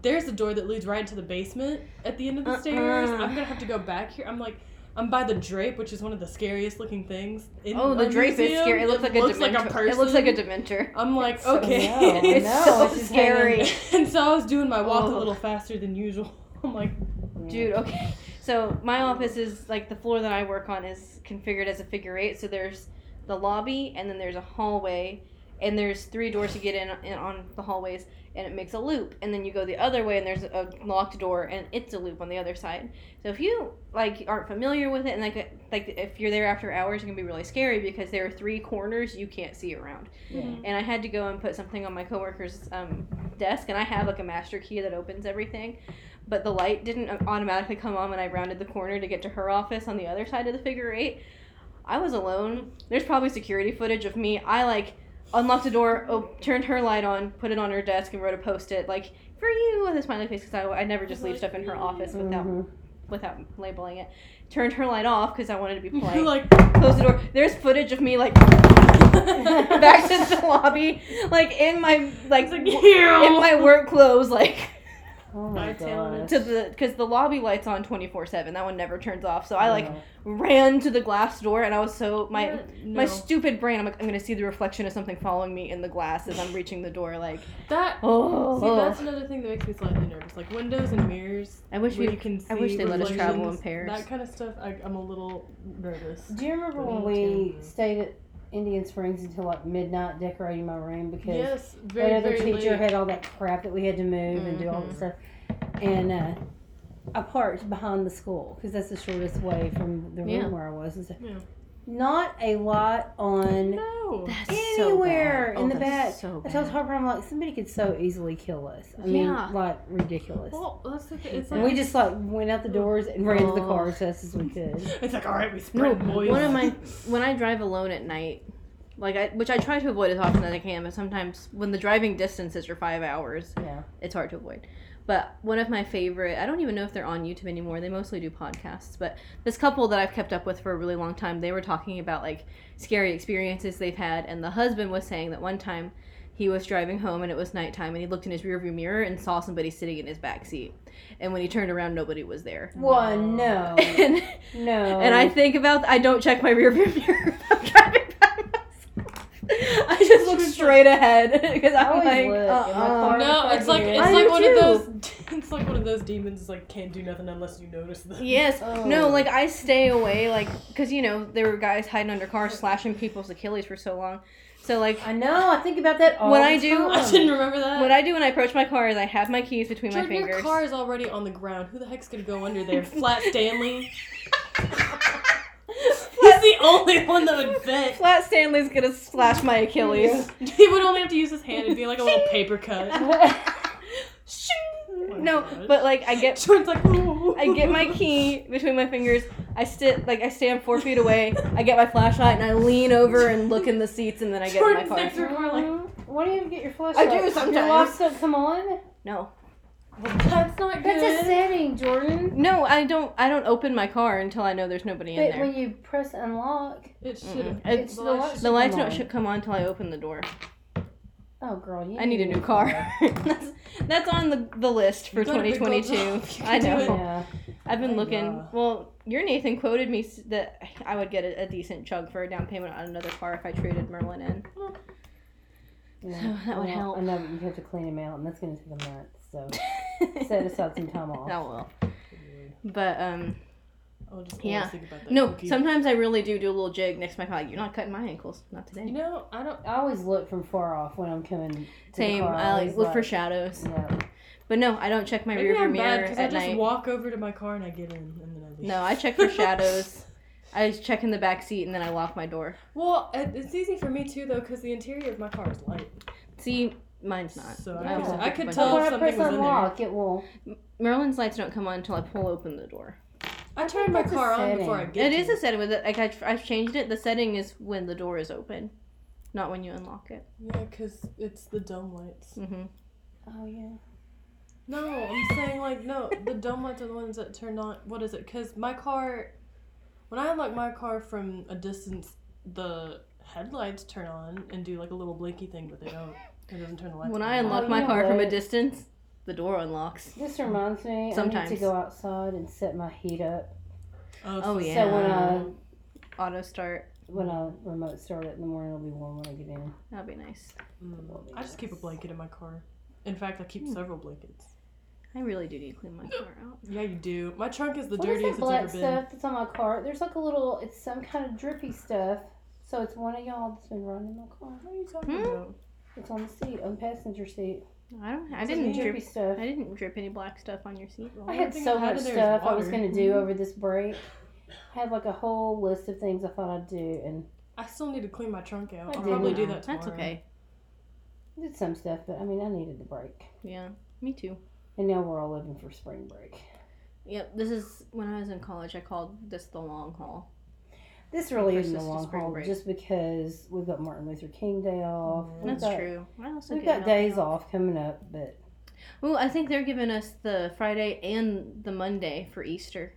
Speaker 3: there's a door that leads right into the basement at the end of the stairs.
Speaker 1: Uh-uh.
Speaker 3: I'm gonna have to go back here. I'm like. I'm by the drape, which is one of the scariest looking things. In
Speaker 1: Oh, the
Speaker 3: our
Speaker 1: drape is
Speaker 3: museum.
Speaker 1: scary. It looks like a dementor. it looks like a dementor.
Speaker 3: I'm like,
Speaker 1: It's so-
Speaker 3: okay.
Speaker 4: No,
Speaker 1: It's
Speaker 4: no,
Speaker 1: so
Speaker 4: it's just
Speaker 1: scary.
Speaker 4: hanging.
Speaker 3: and so I was doing my walk a
Speaker 1: Ugh.
Speaker 3: little faster than usual. I'm like,
Speaker 1: Dude, okay. So my office is like the floor that I work on is configured as a figure eight. So there's the lobby, and then there's a hallway, and there's three doors to get in, in on the hallways, and it makes a loop. And then you go the other way, and there's a locked door, and it's a loop on the other side. So if you like aren't familiar with it, and like like if you're there after hours, it can be really scary because there are three corners you can't see around.
Speaker 4: Yeah.
Speaker 3: Mm-hmm.
Speaker 1: And I had to go and put something on my coworker's um, desk, and I have like a master key that opens everything. But the uh, light didn't automatically come on when I rounded the corner to get to her office on the other side of the figure eight. I was alone. There's probably security footage of me. I like unlocked the door, op- turned her light on, put it on her desk, and wrote a post-it like for you with a smiley face because I, I never just leave stuff in her office without
Speaker 4: Mhm.
Speaker 1: without labeling it. Turned her light off because I wanted to be
Speaker 3: You're
Speaker 1: polite.
Speaker 3: like,
Speaker 1: Closed the door. There's footage of me like back to the lobby, like in my like,
Speaker 3: It's like,
Speaker 1: w-
Speaker 3: "Ew."
Speaker 1: in my work clothes, like
Speaker 4: Oh my
Speaker 3: I tell it
Speaker 4: god.
Speaker 1: to the because the lobby light's on twenty four seven. That one never turns off. So I like ran to the glass door and I was so my my
Speaker 3: No.
Speaker 1: stupid brain. I'm like I'm gonna see the reflection of something following me in the glass as I'm reaching the door. Like
Speaker 3: that.
Speaker 1: oh,
Speaker 3: See, that's another thing that makes me slightly nervous. Like windows and mirrors.
Speaker 1: I wish
Speaker 3: where
Speaker 1: we
Speaker 3: you can see
Speaker 1: I wish they let us travel in
Speaker 3: reflections,
Speaker 1: pairs.
Speaker 3: That kind of stuff, I, I'm a little nervous.
Speaker 4: Do you remember when
Speaker 3: Me
Speaker 4: we
Speaker 3: too.
Speaker 4: stayed at Indian Springs until like midnight decorating my room because
Speaker 3: Yes, very,
Speaker 4: that other
Speaker 3: very
Speaker 4: teacher
Speaker 3: late.
Speaker 4: had all that crap that we had to move and do all
Speaker 1: Mhm.
Speaker 4: that stuff. And uh, I parked behind the school because that's the shortest way from the room
Speaker 1: Yeah.
Speaker 4: where I was. And so-
Speaker 3: Yeah.
Speaker 4: Not a lot on
Speaker 3: no.
Speaker 1: that's
Speaker 4: anywhere
Speaker 1: so bad.
Speaker 4: in the
Speaker 1: oh,
Speaker 4: back.
Speaker 1: that's So
Speaker 4: I
Speaker 1: bad.
Speaker 4: told Harper, I'm like, somebody could so easily kill us. I mean,
Speaker 1: Yeah.
Speaker 4: like, ridiculous.
Speaker 3: Well, that's the thing. It's
Speaker 4: and
Speaker 3: like
Speaker 4: we just like went out the doors and ran to the
Speaker 1: Oh.
Speaker 4: car as fast as we could.
Speaker 3: It's like all right, we
Speaker 1: No,
Speaker 3: spread boys.
Speaker 1: one of my when I drive alone at night, like I which I try to avoid as often as I can, but sometimes when the driving distances are five hours,
Speaker 4: Yeah.
Speaker 1: it's hard to avoid. But one of my favorite, I don't even know if they're on YouTube anymore. They mostly do podcasts. But this couple that I've kept up with for a really long time, they were talking about like scary experiences they've had. And the husband was saying that one time he was driving home and it was nighttime and he looked in his rearview mirror and saw somebody sitting in his back seat. And when he turned around, nobody was there.
Speaker 4: Well, no,
Speaker 1: And
Speaker 4: no.
Speaker 1: and I think about I don't check my rear view mirror if I'm driving by myself. I just look straight ahead because
Speaker 4: I
Speaker 1: I'm
Speaker 4: always
Speaker 1: like,
Speaker 4: look in my
Speaker 1: uh-uh.
Speaker 4: car.
Speaker 3: no, it's like it's
Speaker 1: I
Speaker 3: like
Speaker 1: do
Speaker 3: one
Speaker 1: too.
Speaker 3: of those. It's like one of those demons. Is like can't do nothing unless you notice them.
Speaker 1: Yes.
Speaker 4: Oh.
Speaker 1: No, like I stay away, like because you know there were guys hiding under cars, slashing people's Achilles for so long. So like,
Speaker 4: I know. I think about that all
Speaker 1: When
Speaker 4: the
Speaker 1: I do-
Speaker 4: time.
Speaker 1: I
Speaker 3: I didn't remember that.
Speaker 1: what I do when I approach my car is I have my keys between my
Speaker 3: Jordan,
Speaker 1: fingers.
Speaker 3: your car is already on the ground. Who the heck's gonna go under there? Flat Stanley. He's the only one that would vent.
Speaker 1: Flat Stanley's gonna slash my Achilles.
Speaker 3: He would only have to use his hand. It'd be like a little paper cut. Oh my
Speaker 1: no,
Speaker 3: God.
Speaker 1: but like I get
Speaker 3: Jordan's like, "Ooh."
Speaker 1: I get my key between my fingers. I sit like I stand four feet away. I get my flashlight and I lean over and look in the seats, and then I get in my
Speaker 3: Jordan's
Speaker 1: car.
Speaker 3: next to her car like,
Speaker 4: Mm-hmm. Why do you even get your flashlight?
Speaker 1: do
Speaker 4: Your
Speaker 1: sometimes.
Speaker 4: lights don't come on.
Speaker 1: No,
Speaker 3: well, that's not
Speaker 4: That's a
Speaker 3: good.
Speaker 4: setting, Jordan.
Speaker 1: no, I don't. I don't open my car until I know there's nobody in
Speaker 4: But
Speaker 1: there.
Speaker 4: when you press unlock,
Speaker 3: It
Speaker 1: Mm-mm.
Speaker 3: should.
Speaker 1: It's-
Speaker 4: the lights
Speaker 1: The lights don't
Speaker 4: on.
Speaker 1: should come on until I open the door.
Speaker 4: oh girl, you
Speaker 1: I need a new car. that's, that's on the, the list for
Speaker 3: You got a big old
Speaker 1: 2022.
Speaker 3: job. You
Speaker 1: I
Speaker 3: can do
Speaker 1: know.
Speaker 3: it.
Speaker 4: Yeah.
Speaker 1: I've been
Speaker 3: Oh,
Speaker 1: looking.
Speaker 3: yeah.
Speaker 1: Well, your Nathan quoted me s- that I would get a, a decent chunk for a down payment on another car if I traded Merlin in.
Speaker 4: yeah.
Speaker 1: So that would
Speaker 4: Well,
Speaker 1: help.
Speaker 4: I know, but you have to clean them out, and that's going to take a month. So set aside some time off.
Speaker 1: I will. But um,
Speaker 3: I'll just
Speaker 1: Yeah.
Speaker 3: always think about that
Speaker 1: no.
Speaker 3: cookie.
Speaker 1: Sometimes I really do do a little jig next to my car. Like, You're not cutting my ankles, not
Speaker 3: You
Speaker 1: today.
Speaker 3: know, I don't.
Speaker 4: I always look from far off when I'm coming. To
Speaker 1: Same.
Speaker 4: The car.
Speaker 1: I like
Speaker 4: always
Speaker 1: look for Oh, shadows.
Speaker 4: Yeah.
Speaker 1: But no, I don't check my
Speaker 3: Maybe
Speaker 1: rearview
Speaker 3: I'm
Speaker 1: mirror
Speaker 3: bad because I
Speaker 1: at
Speaker 3: just
Speaker 1: night.
Speaker 3: walk over to my car and I get in and then I leave.
Speaker 1: No, I check for shadows. I check in the back seat and then I lock my door.
Speaker 3: well, it- it's easy for me too though because the interior of my car is light.
Speaker 1: See, mine's not.
Speaker 3: So
Speaker 1: I
Speaker 3: I,
Speaker 1: don't
Speaker 3: could, I
Speaker 1: think
Speaker 3: could
Speaker 1: my
Speaker 3: tell
Speaker 4: when
Speaker 3: if
Speaker 4: I
Speaker 3: something
Speaker 4: press
Speaker 3: was in there.
Speaker 4: unlock, it will.
Speaker 1: Merlin's lights don't come on until I pull open the door.
Speaker 3: I turned my
Speaker 4: that's a
Speaker 3: car on before I
Speaker 4: setting.
Speaker 3: get.
Speaker 1: it is
Speaker 3: to
Speaker 1: a setting with it. Like I, I've changed it. The setting is when the door is open, not when you unlock it.
Speaker 3: Yeah, because it's the dome lights.
Speaker 1: hmm
Speaker 4: Oh yeah.
Speaker 3: No, I'm saying like no, the dome lights are the ones that turned on. What is it? Because my car, when I unlock my car from a distance, the headlights turn on and do like a little blinky thing, but they don't. It doesn't turn the lights.
Speaker 1: When
Speaker 3: on.
Speaker 1: I unlock
Speaker 4: Oh,
Speaker 1: my
Speaker 4: yeah,
Speaker 1: car from a
Speaker 4: right.
Speaker 1: distance, the door unlocks.
Speaker 4: This reminds me. I need
Speaker 1: Sometimes.
Speaker 4: to go outside and set my heat up.
Speaker 1: Oh
Speaker 3: so- uh,
Speaker 1: yeah.
Speaker 4: So when I
Speaker 1: Auto start.
Speaker 4: when I remote start it in the morning, it'll be warm when I get in.
Speaker 1: That'd be nice.
Speaker 3: Mm. I just keep a blanket in my car. In fact, I
Speaker 1: Hmm.
Speaker 3: keep several blankets.
Speaker 1: I really do need to clean my car out.
Speaker 3: Yeah, you do. My trunk is the
Speaker 4: What is
Speaker 3: dirtiest
Speaker 4: that
Speaker 3: it's ever
Speaker 4: black
Speaker 3: been.
Speaker 4: stuff that's on my car? There's like a little. It's some kind of drippy stuff. So it's one of y'all that's been running my car.
Speaker 3: What are you talking
Speaker 1: Hmm?
Speaker 3: about?
Speaker 4: It's on the seat, on the passenger seat.
Speaker 1: I don't. I
Speaker 4: It's
Speaker 1: didn't
Speaker 4: drippy
Speaker 1: drip.
Speaker 4: stuff.
Speaker 1: I didn't drip any black stuff on your seat.
Speaker 3: The
Speaker 4: I
Speaker 3: only
Speaker 4: had
Speaker 3: thing
Speaker 4: so
Speaker 3: I've had
Speaker 4: much
Speaker 3: in there is
Speaker 4: stuff I was
Speaker 3: water.
Speaker 4: gonna do over this break. I had like a whole list of things I thought I'd do, and
Speaker 3: I still need to clean my trunk out.
Speaker 4: I
Speaker 3: I'll probably do
Speaker 4: didn't.
Speaker 3: that tomorrow.
Speaker 1: That's okay.
Speaker 4: I did some stuff. But I mean, I needed the break,
Speaker 1: Yeah, me too.
Speaker 4: and now we're all living for spring break.
Speaker 1: Yep. This is when I was in college. I called this the long haul.
Speaker 4: This really isn't a
Speaker 5: Versus
Speaker 4: long
Speaker 5: spring
Speaker 4: haul,
Speaker 5: break.
Speaker 4: just because we've got Martin Luther King Day off.
Speaker 2: Mhm.
Speaker 4: We've
Speaker 1: Mm-hmm. That's
Speaker 4: got-
Speaker 1: true. I also
Speaker 4: We've
Speaker 1: didn't
Speaker 4: got
Speaker 1: know
Speaker 4: days
Speaker 1: that.
Speaker 4: off coming up, but
Speaker 1: Well, I think they're giving us the Friday and the Monday for Easter.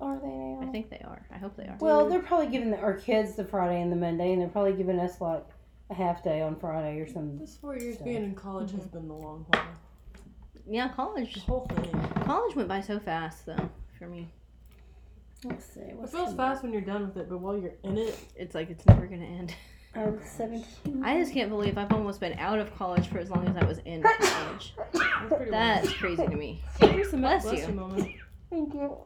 Speaker 4: are they now?
Speaker 1: I think they are. I hope they are.
Speaker 4: Oh. Well, they're probably giving the, our kids the Friday and the Monday, and they're probably giving us like a half day on Friday or something.
Speaker 3: This four years
Speaker 4: So.
Speaker 3: being in college has been the long haul.
Speaker 1: Yeah,
Speaker 3: The
Speaker 1: college.
Speaker 3: whole thing.
Speaker 1: College went by so fast though for me.
Speaker 4: Let's see.
Speaker 3: It
Speaker 4: what's
Speaker 3: feels
Speaker 4: coming up?
Speaker 3: fast when you're done with it, but while you're in it,
Speaker 1: It's like it's never gonna end.
Speaker 4: Oh, the 17.
Speaker 1: I just can't believe I've almost been out of college for as long as I was in college.
Speaker 3: it's pretty
Speaker 1: That's crazy to me.
Speaker 3: wild. every semester.
Speaker 1: Bless
Speaker 3: Bless
Speaker 1: you.
Speaker 3: you, Mama.
Speaker 4: Thank you.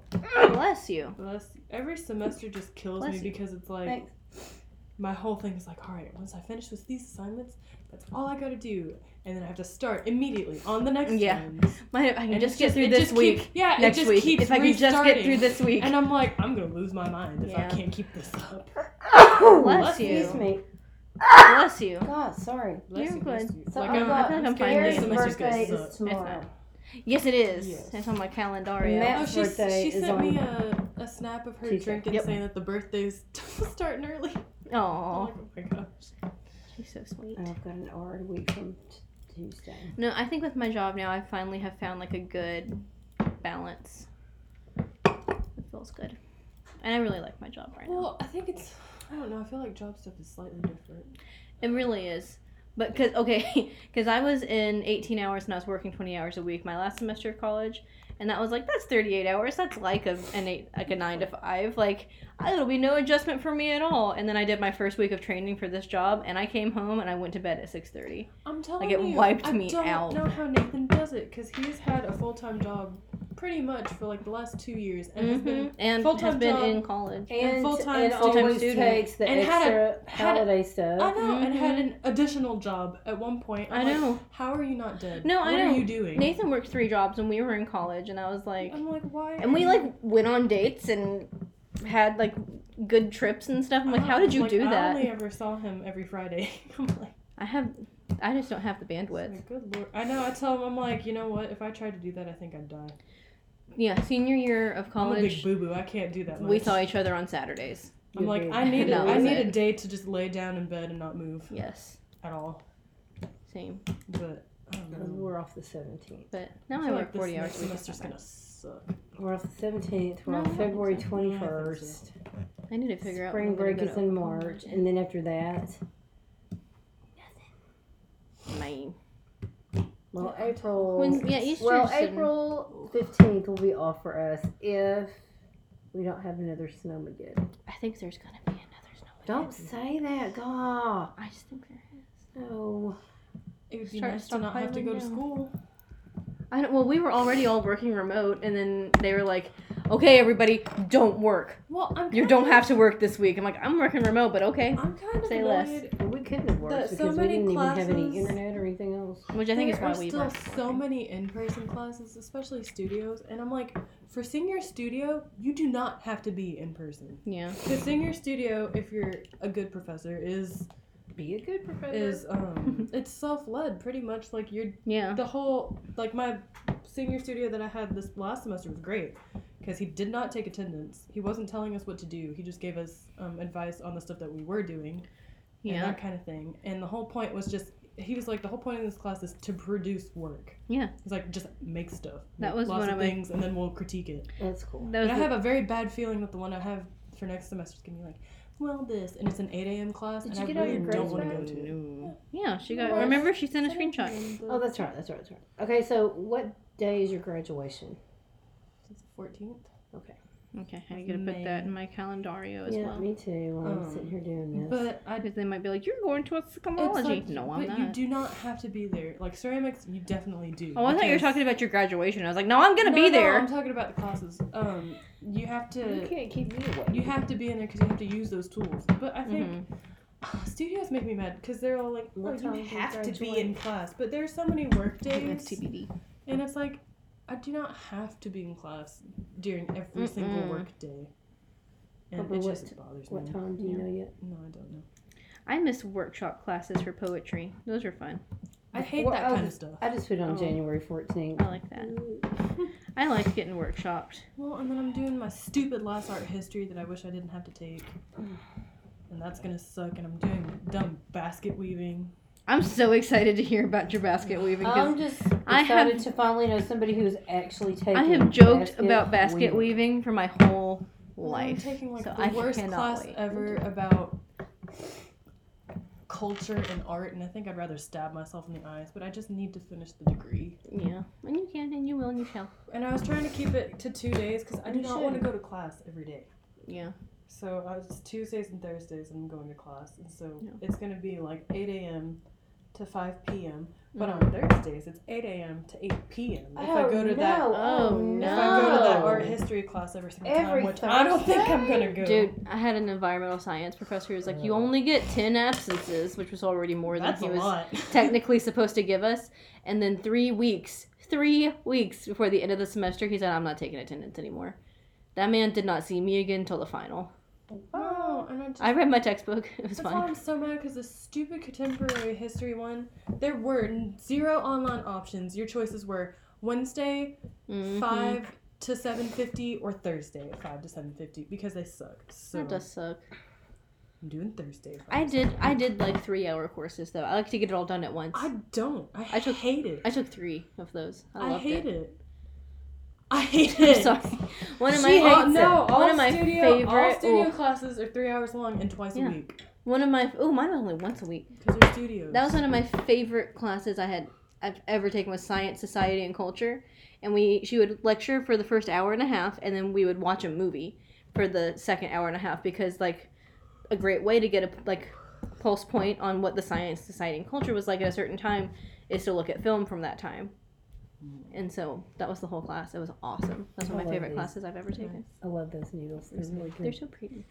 Speaker 1: Bless you.
Speaker 3: Bless you. Every semester just kills
Speaker 1: Bless
Speaker 3: me
Speaker 1: you.
Speaker 3: because it's like
Speaker 4: Thanks.
Speaker 3: my whole thing is like, all right, once I finish with these assignments, that's all I gotta do, and then I have to start immedially on the next
Speaker 1: Yeah.
Speaker 3: one.
Speaker 1: My, I can
Speaker 3: And
Speaker 1: just
Speaker 3: it's
Speaker 1: get through
Speaker 3: it
Speaker 1: this
Speaker 3: just
Speaker 1: week.
Speaker 3: keep- yeah,
Speaker 1: next
Speaker 3: it just
Speaker 1: week.
Speaker 3: keeps
Speaker 1: if I can just get
Speaker 3: restarting.
Speaker 1: through this week.
Speaker 3: And I'm like, I'm gonna lose my mind if
Speaker 1: Yeah.
Speaker 3: I can't keep this up.
Speaker 1: Bless you.
Speaker 4: Excuse me.
Speaker 1: Bless you.
Speaker 4: God, sorry.
Speaker 3: Bless
Speaker 1: You're
Speaker 3: you, bless
Speaker 1: good.
Speaker 3: you.
Speaker 4: So
Speaker 3: like,
Speaker 4: I've
Speaker 3: I'm,
Speaker 4: got
Speaker 1: feel like I'm fine.
Speaker 4: Gary's
Speaker 1: This
Speaker 3: semester's gonna
Speaker 4: birthday
Speaker 3: suck.
Speaker 4: is
Speaker 3: uh, It's
Speaker 4: tomorrow.
Speaker 1: Yes, it is.
Speaker 3: Yes.
Speaker 1: It's on my calendar.
Speaker 4: Matt-
Speaker 3: Oh,
Speaker 4: Matt's
Speaker 3: she,
Speaker 4: birthday
Speaker 3: she
Speaker 4: is
Speaker 3: sent
Speaker 4: on-
Speaker 3: me a, a snap of her
Speaker 4: Tuesday.
Speaker 3: drinking
Speaker 1: Yep.
Speaker 3: saying that the birthday's starting early. I'm
Speaker 1: Oh,
Speaker 3: like, oh my gosh.
Speaker 1: she's so sweet.
Speaker 4: And I've got an hour a week from t- Tuesday.
Speaker 1: No, I think with my job now, I finally have found like a good balance. It feels good, and I really like my job right now.
Speaker 3: Well, I think it's, I don't know, I feel like job stuff is slightly different.
Speaker 1: It really is, but cause okay, cause I was in 18 hours and I was working 20 hours a week my last semester of college, and that was like that's 38 hours. That's like a an eight like a nine to five. Like I- it'll be no adjustment for me at all. And then I did my first week of training for this job, and I came home and I went to bed at 6:30.
Speaker 3: I'm telling
Speaker 1: it
Speaker 3: you,
Speaker 1: wiped
Speaker 3: I
Speaker 1: me
Speaker 3: don't
Speaker 1: out.
Speaker 3: know how Nathan does it because he's had a full time job pretty much for like the last two years and has
Speaker 1: hmm
Speaker 3: been
Speaker 1: And has
Speaker 3: Mm-hmm. full-time
Speaker 1: been
Speaker 3: job.
Speaker 1: in college.
Speaker 3: And full-time
Speaker 4: it
Speaker 3: student.
Speaker 4: always
Speaker 1: Full-time
Speaker 4: takes the
Speaker 3: student. And had
Speaker 4: extra
Speaker 3: had a-
Speaker 4: holiday
Speaker 3: I
Speaker 4: stuff.
Speaker 3: know, and had
Speaker 1: Mhm.
Speaker 3: an additional job at one point. I'm
Speaker 1: I
Speaker 3: like,
Speaker 1: know.
Speaker 3: How are you not dead?
Speaker 1: No,
Speaker 3: what
Speaker 1: I
Speaker 3: What
Speaker 1: know.
Speaker 3: are you doing?
Speaker 1: Nathan worked three jobs when we were in college, and I was like,
Speaker 3: I'm like, why?
Speaker 1: and
Speaker 3: are
Speaker 1: we
Speaker 3: you-
Speaker 1: like went on dates and had like good trips and stuff. I'm like,
Speaker 3: I
Speaker 1: how
Speaker 3: don't-
Speaker 1: did you
Speaker 3: Oh, like,
Speaker 1: do
Speaker 3: I only
Speaker 1: that?
Speaker 3: ever saw him every Friday. I'm like,
Speaker 1: I have, I just don't have the bandwidth.
Speaker 3: like, good lord. I know. I tell him, I'm like, you know what? If I tried to do that, I think I'd die.
Speaker 1: Yeah, senior year of
Speaker 3: I'm a big
Speaker 1: college,
Speaker 3: boo boo. I can't do that. Much.
Speaker 1: we saw each other on Saturdays.
Speaker 3: I'm like, I need a,
Speaker 1: That
Speaker 3: I
Speaker 1: was
Speaker 3: need a
Speaker 1: it.
Speaker 3: day to just lay down in bed and not move
Speaker 1: Yes,
Speaker 3: at all.
Speaker 1: same.
Speaker 3: But I don't
Speaker 4: And
Speaker 3: know.
Speaker 4: we're off the 17th.
Speaker 1: But now
Speaker 3: I
Speaker 1: I,
Speaker 3: feel
Speaker 1: work
Speaker 3: like this
Speaker 1: 40
Speaker 3: next
Speaker 1: hours. a week.
Speaker 3: semester's gonna suck.
Speaker 4: We're off the 17th. We're
Speaker 1: No, I
Speaker 4: on
Speaker 1: don't think
Speaker 4: February
Speaker 1: so.
Speaker 3: No, I think so.
Speaker 4: 21st.
Speaker 1: I need to figure out. when
Speaker 4: Spring
Speaker 1: I'm gonna
Speaker 4: break
Speaker 1: go
Speaker 4: is
Speaker 1: to
Speaker 4: in March, and then after that,
Speaker 1: Maine.
Speaker 4: well, April.
Speaker 1: When, yeah, Easter's
Speaker 4: well,
Speaker 1: in-
Speaker 4: April 15th will be off for us if we don't have another snowmageddon.
Speaker 1: I think there's gonna be another snow.
Speaker 4: Don't say that, God.
Speaker 1: I just think there is.
Speaker 4: No.
Speaker 3: It would be
Speaker 1: Start
Speaker 3: nice to not have to
Speaker 1: stockpiling
Speaker 3: go to
Speaker 1: now.
Speaker 3: school.
Speaker 1: I don't, well, we were already all working remote, and then they were like, "Okay, everybody, don't work.
Speaker 3: Well, I'm.
Speaker 1: You don't have to work this week." I'm like, "I'm working remote, but okay,"
Speaker 3: I'm kind of
Speaker 1: Say less.
Speaker 3: annoyed
Speaker 4: Well, we couldn't have worked
Speaker 3: That
Speaker 4: because
Speaker 3: so
Speaker 4: we
Speaker 3: many
Speaker 4: didn't even have
Speaker 3: classes-
Speaker 4: any internet or anything else.
Speaker 1: which I think is
Speaker 3: there
Speaker 1: why
Speaker 3: are
Speaker 1: we
Speaker 3: still
Speaker 1: weren't
Speaker 3: so
Speaker 1: working.
Speaker 3: many in-person classes, especially studios, and I'm like, for senior studio, you do not have to be in person.
Speaker 1: Yeah,
Speaker 3: Because senior studio, if you're a good professor, is
Speaker 4: Be a good
Speaker 1: Uh-huh.
Speaker 4: professor.
Speaker 3: is um it's self-led pretty much. Like you're
Speaker 1: yeah.
Speaker 3: the whole like my senior studio that I had this last semester was great because he did not take attendance. He wasn't telling us what to do. He just gave us um, advice on the stuff that we were doing and
Speaker 1: Yeah,
Speaker 3: that kind of thing. And the whole point was just he was like the whole point of this class is to produce work.
Speaker 1: Yeah.
Speaker 3: He's like just make stuff.
Speaker 1: That
Speaker 3: Make
Speaker 1: was
Speaker 3: lots
Speaker 1: one
Speaker 3: of
Speaker 1: of my-
Speaker 3: things and then we'll critique it.
Speaker 4: That's cool.
Speaker 1: that
Speaker 3: But
Speaker 1: was
Speaker 3: I
Speaker 1: the-
Speaker 3: have a very bad feeling that the one I have for next semester is gonna be like, well, this and it's an eight a.m. class
Speaker 4: Did
Speaker 3: and
Speaker 4: you
Speaker 3: I
Speaker 4: get all
Speaker 3: really
Speaker 4: your
Speaker 3: don't
Speaker 4: grades
Speaker 3: want to
Speaker 4: back?
Speaker 3: go to. it.
Speaker 1: yeah. She got.
Speaker 4: Well,
Speaker 1: Remember, she sent a screenshot.
Speaker 4: Oh, that's right. That's right. That's right. Okay, so what day is your graduation?
Speaker 3: Fourteenth.
Speaker 1: Okay, I gotta put that in my calendario as
Speaker 4: yeah,
Speaker 1: well
Speaker 4: me too. While I'm sitting
Speaker 3: Um,
Speaker 4: here doing this.
Speaker 3: But I
Speaker 1: because they might be like, "You're going to a
Speaker 3: It's
Speaker 1: psychology."
Speaker 3: like-
Speaker 1: no, I'm
Speaker 3: but you
Speaker 1: not.
Speaker 3: do not have to be there. Like ceramics, you definitely do.
Speaker 1: Oh, I thought you were
Speaker 3: because-
Speaker 1: talking about your graduation. I was like, "No, I'm gonna
Speaker 3: No,
Speaker 1: be
Speaker 3: no,
Speaker 1: there."
Speaker 3: I'm talking about the classes. Um, you have
Speaker 4: you
Speaker 3: to
Speaker 4: can't keep me away.
Speaker 3: you have to be in there because you have to use those tools. But I think studios make me mad because they're all like, oh,
Speaker 4: What time do
Speaker 3: you
Speaker 4: you
Speaker 3: have to be
Speaker 4: graduate?"
Speaker 3: in class. But there's so many work
Speaker 1: That's
Speaker 3: days,
Speaker 1: TBD.
Speaker 3: and it's like, I do not have to be in class during every single
Speaker 1: Mm-mm.
Speaker 3: work day. And
Speaker 4: But
Speaker 3: it
Speaker 4: what-
Speaker 3: just bothers me.
Speaker 4: What time do you know yet?
Speaker 3: No, I don't know.
Speaker 1: I miss workshop classes for poetry. Those are fun.
Speaker 3: I hate
Speaker 4: Well,
Speaker 3: that
Speaker 4: I
Speaker 3: kind of
Speaker 4: was-
Speaker 3: stuff.
Speaker 4: I just put on
Speaker 1: Oh.
Speaker 4: January 14th.
Speaker 1: I like that. I like getting workshopped.
Speaker 3: Well, and then I'm doing my stupid last art history that I wish I didn't have to take. And that's gonna suck, and I'm doing dumb basket weaving.
Speaker 1: I'm so excited to hear about your basket weaving. 'cause
Speaker 4: I'm just excited
Speaker 1: I have-
Speaker 4: to finally know somebody who's actually taking.
Speaker 1: I have joked
Speaker 4: basket
Speaker 1: about basket
Speaker 4: weaving.
Speaker 1: weaving for my whole
Speaker 3: I'm
Speaker 1: life.
Speaker 3: taking like
Speaker 1: so
Speaker 3: the
Speaker 1: I
Speaker 3: worst
Speaker 1: cannot
Speaker 3: class
Speaker 1: wait.
Speaker 3: ever about culture and art, and I think I'd rather stab myself in the eyes, but I just need to finish the degree.
Speaker 1: Yeah, and you can, and you will, and you shall.
Speaker 3: And I was trying to keep it to two days because I do
Speaker 4: You
Speaker 3: not
Speaker 4: should.
Speaker 3: want to go to class every day.
Speaker 1: Yeah.
Speaker 3: So I was Tuesdays and Thursdays I'm going to class, and so
Speaker 1: Yeah.
Speaker 3: it's gonna be like 8 a.m. to 5 p.m. But
Speaker 1: Mhm.
Speaker 3: on Thursdays it's 8 a.m. to 8 p.m. If I
Speaker 4: Oh,
Speaker 3: go to
Speaker 4: no.
Speaker 3: that,
Speaker 1: Oh,
Speaker 3: if I go to that
Speaker 1: no.
Speaker 3: art history class every single
Speaker 4: Every
Speaker 3: time, which I don't think I'm
Speaker 4: Thursday?
Speaker 3: gonna go.
Speaker 1: Dude, I had an environmental science professor who was like, "You
Speaker 2: Yeah.
Speaker 1: only get ten absences," which was already more than
Speaker 3: that's
Speaker 1: he
Speaker 3: a
Speaker 1: was
Speaker 3: lot.
Speaker 1: technically supposed to give us. And then three weeks, three weeks before the end of the semester, he said, "I'm not taking attendance anymore." That man did not see me again till the final.
Speaker 3: oh, and I just,
Speaker 1: I read my textbook; it was
Speaker 3: that's why
Speaker 1: fine.
Speaker 3: I'm so mad because the stupid contemporary history one, there were n- zero online options. Your choices were Wednesday,
Speaker 1: Mhm.
Speaker 3: five to seven fifty, or Thursday at five to seven fifty because they suck. So
Speaker 1: That does suck.
Speaker 3: I'm doing Thursday.
Speaker 1: I did. I did like three-hour courses though. I like to get it all done at once.
Speaker 3: I don't. I,
Speaker 1: I took-
Speaker 3: hate it.
Speaker 1: I took three of those. I
Speaker 3: I,
Speaker 1: loved
Speaker 3: hate
Speaker 1: it.
Speaker 3: it. I hate
Speaker 1: I'm
Speaker 3: it.
Speaker 1: sorry. One of
Speaker 4: She
Speaker 1: my
Speaker 4: hates
Speaker 3: All,
Speaker 4: it.
Speaker 3: no, all
Speaker 1: one of my
Speaker 3: studio, all
Speaker 1: favorite.
Speaker 3: studio
Speaker 1: ooh,
Speaker 3: classes are three hours long and twice
Speaker 1: Yeah.
Speaker 3: a week
Speaker 1: one of my. Oh, mine was only once a week.
Speaker 3: because they're studios.
Speaker 1: That was one of my favorite classes I had I've ever taken was science, society, and culture. And we she would lecture for the first hour and a half, and then we would watch a movie for the second hour and a half because like a great way to get a like pulse point on what the science, society, and culture was like at a certain time is to look at film from that time. And so that was the whole class. It was awesome. That's one of my
Speaker 4: I love
Speaker 1: favorite
Speaker 4: these.
Speaker 1: classes I've ever taken.
Speaker 4: I love those needles. They're really good.
Speaker 1: They're so pretty.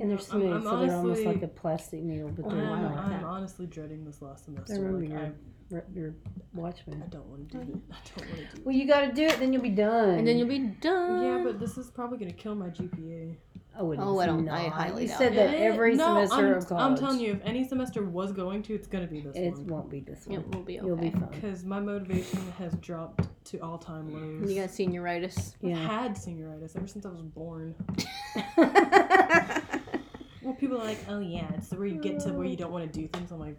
Speaker 4: and they're
Speaker 3: I'm-
Speaker 4: smooth,
Speaker 3: I'm
Speaker 4: so they're almost
Speaker 3: honestly-
Speaker 4: like a plastic needle, but they're
Speaker 3: I'm,
Speaker 1: I
Speaker 4: not.
Speaker 1: like
Speaker 3: I'm
Speaker 1: that.
Speaker 3: honestly dreading this last semester.
Speaker 4: remember
Speaker 3: Like, I,
Speaker 4: your- Re- Your
Speaker 3: I
Speaker 4: watchman.
Speaker 3: don't want to do it. I don't want to do it.
Speaker 4: Well, you gotta do it, then you'll be done.
Speaker 1: And then you'll be
Speaker 4: uh,
Speaker 1: done.
Speaker 3: Yeah, but this is probably gonna kill my GPA.
Speaker 4: Oh, it
Speaker 1: Oh,
Speaker 4: is
Speaker 1: I don't-
Speaker 4: Not.
Speaker 1: I highly
Speaker 4: You
Speaker 1: doubt
Speaker 4: said
Speaker 1: it.
Speaker 4: that
Speaker 3: It-
Speaker 4: every
Speaker 3: no,
Speaker 4: semester
Speaker 3: I'm,
Speaker 4: of college.
Speaker 3: I'm telling you, if any semester was going to, it's gonna be this
Speaker 4: it
Speaker 3: one.
Speaker 4: won't be this one.
Speaker 1: It will be okay.
Speaker 4: You'll be fine.
Speaker 3: Because my motivation has dropped to all time lows.
Speaker 1: You got senioritis.
Speaker 3: I've
Speaker 4: Yeah.
Speaker 3: had senioritis ever since I was born. Well, people are like, oh yeah, it's where you get to where you don't want to do things. I'm like,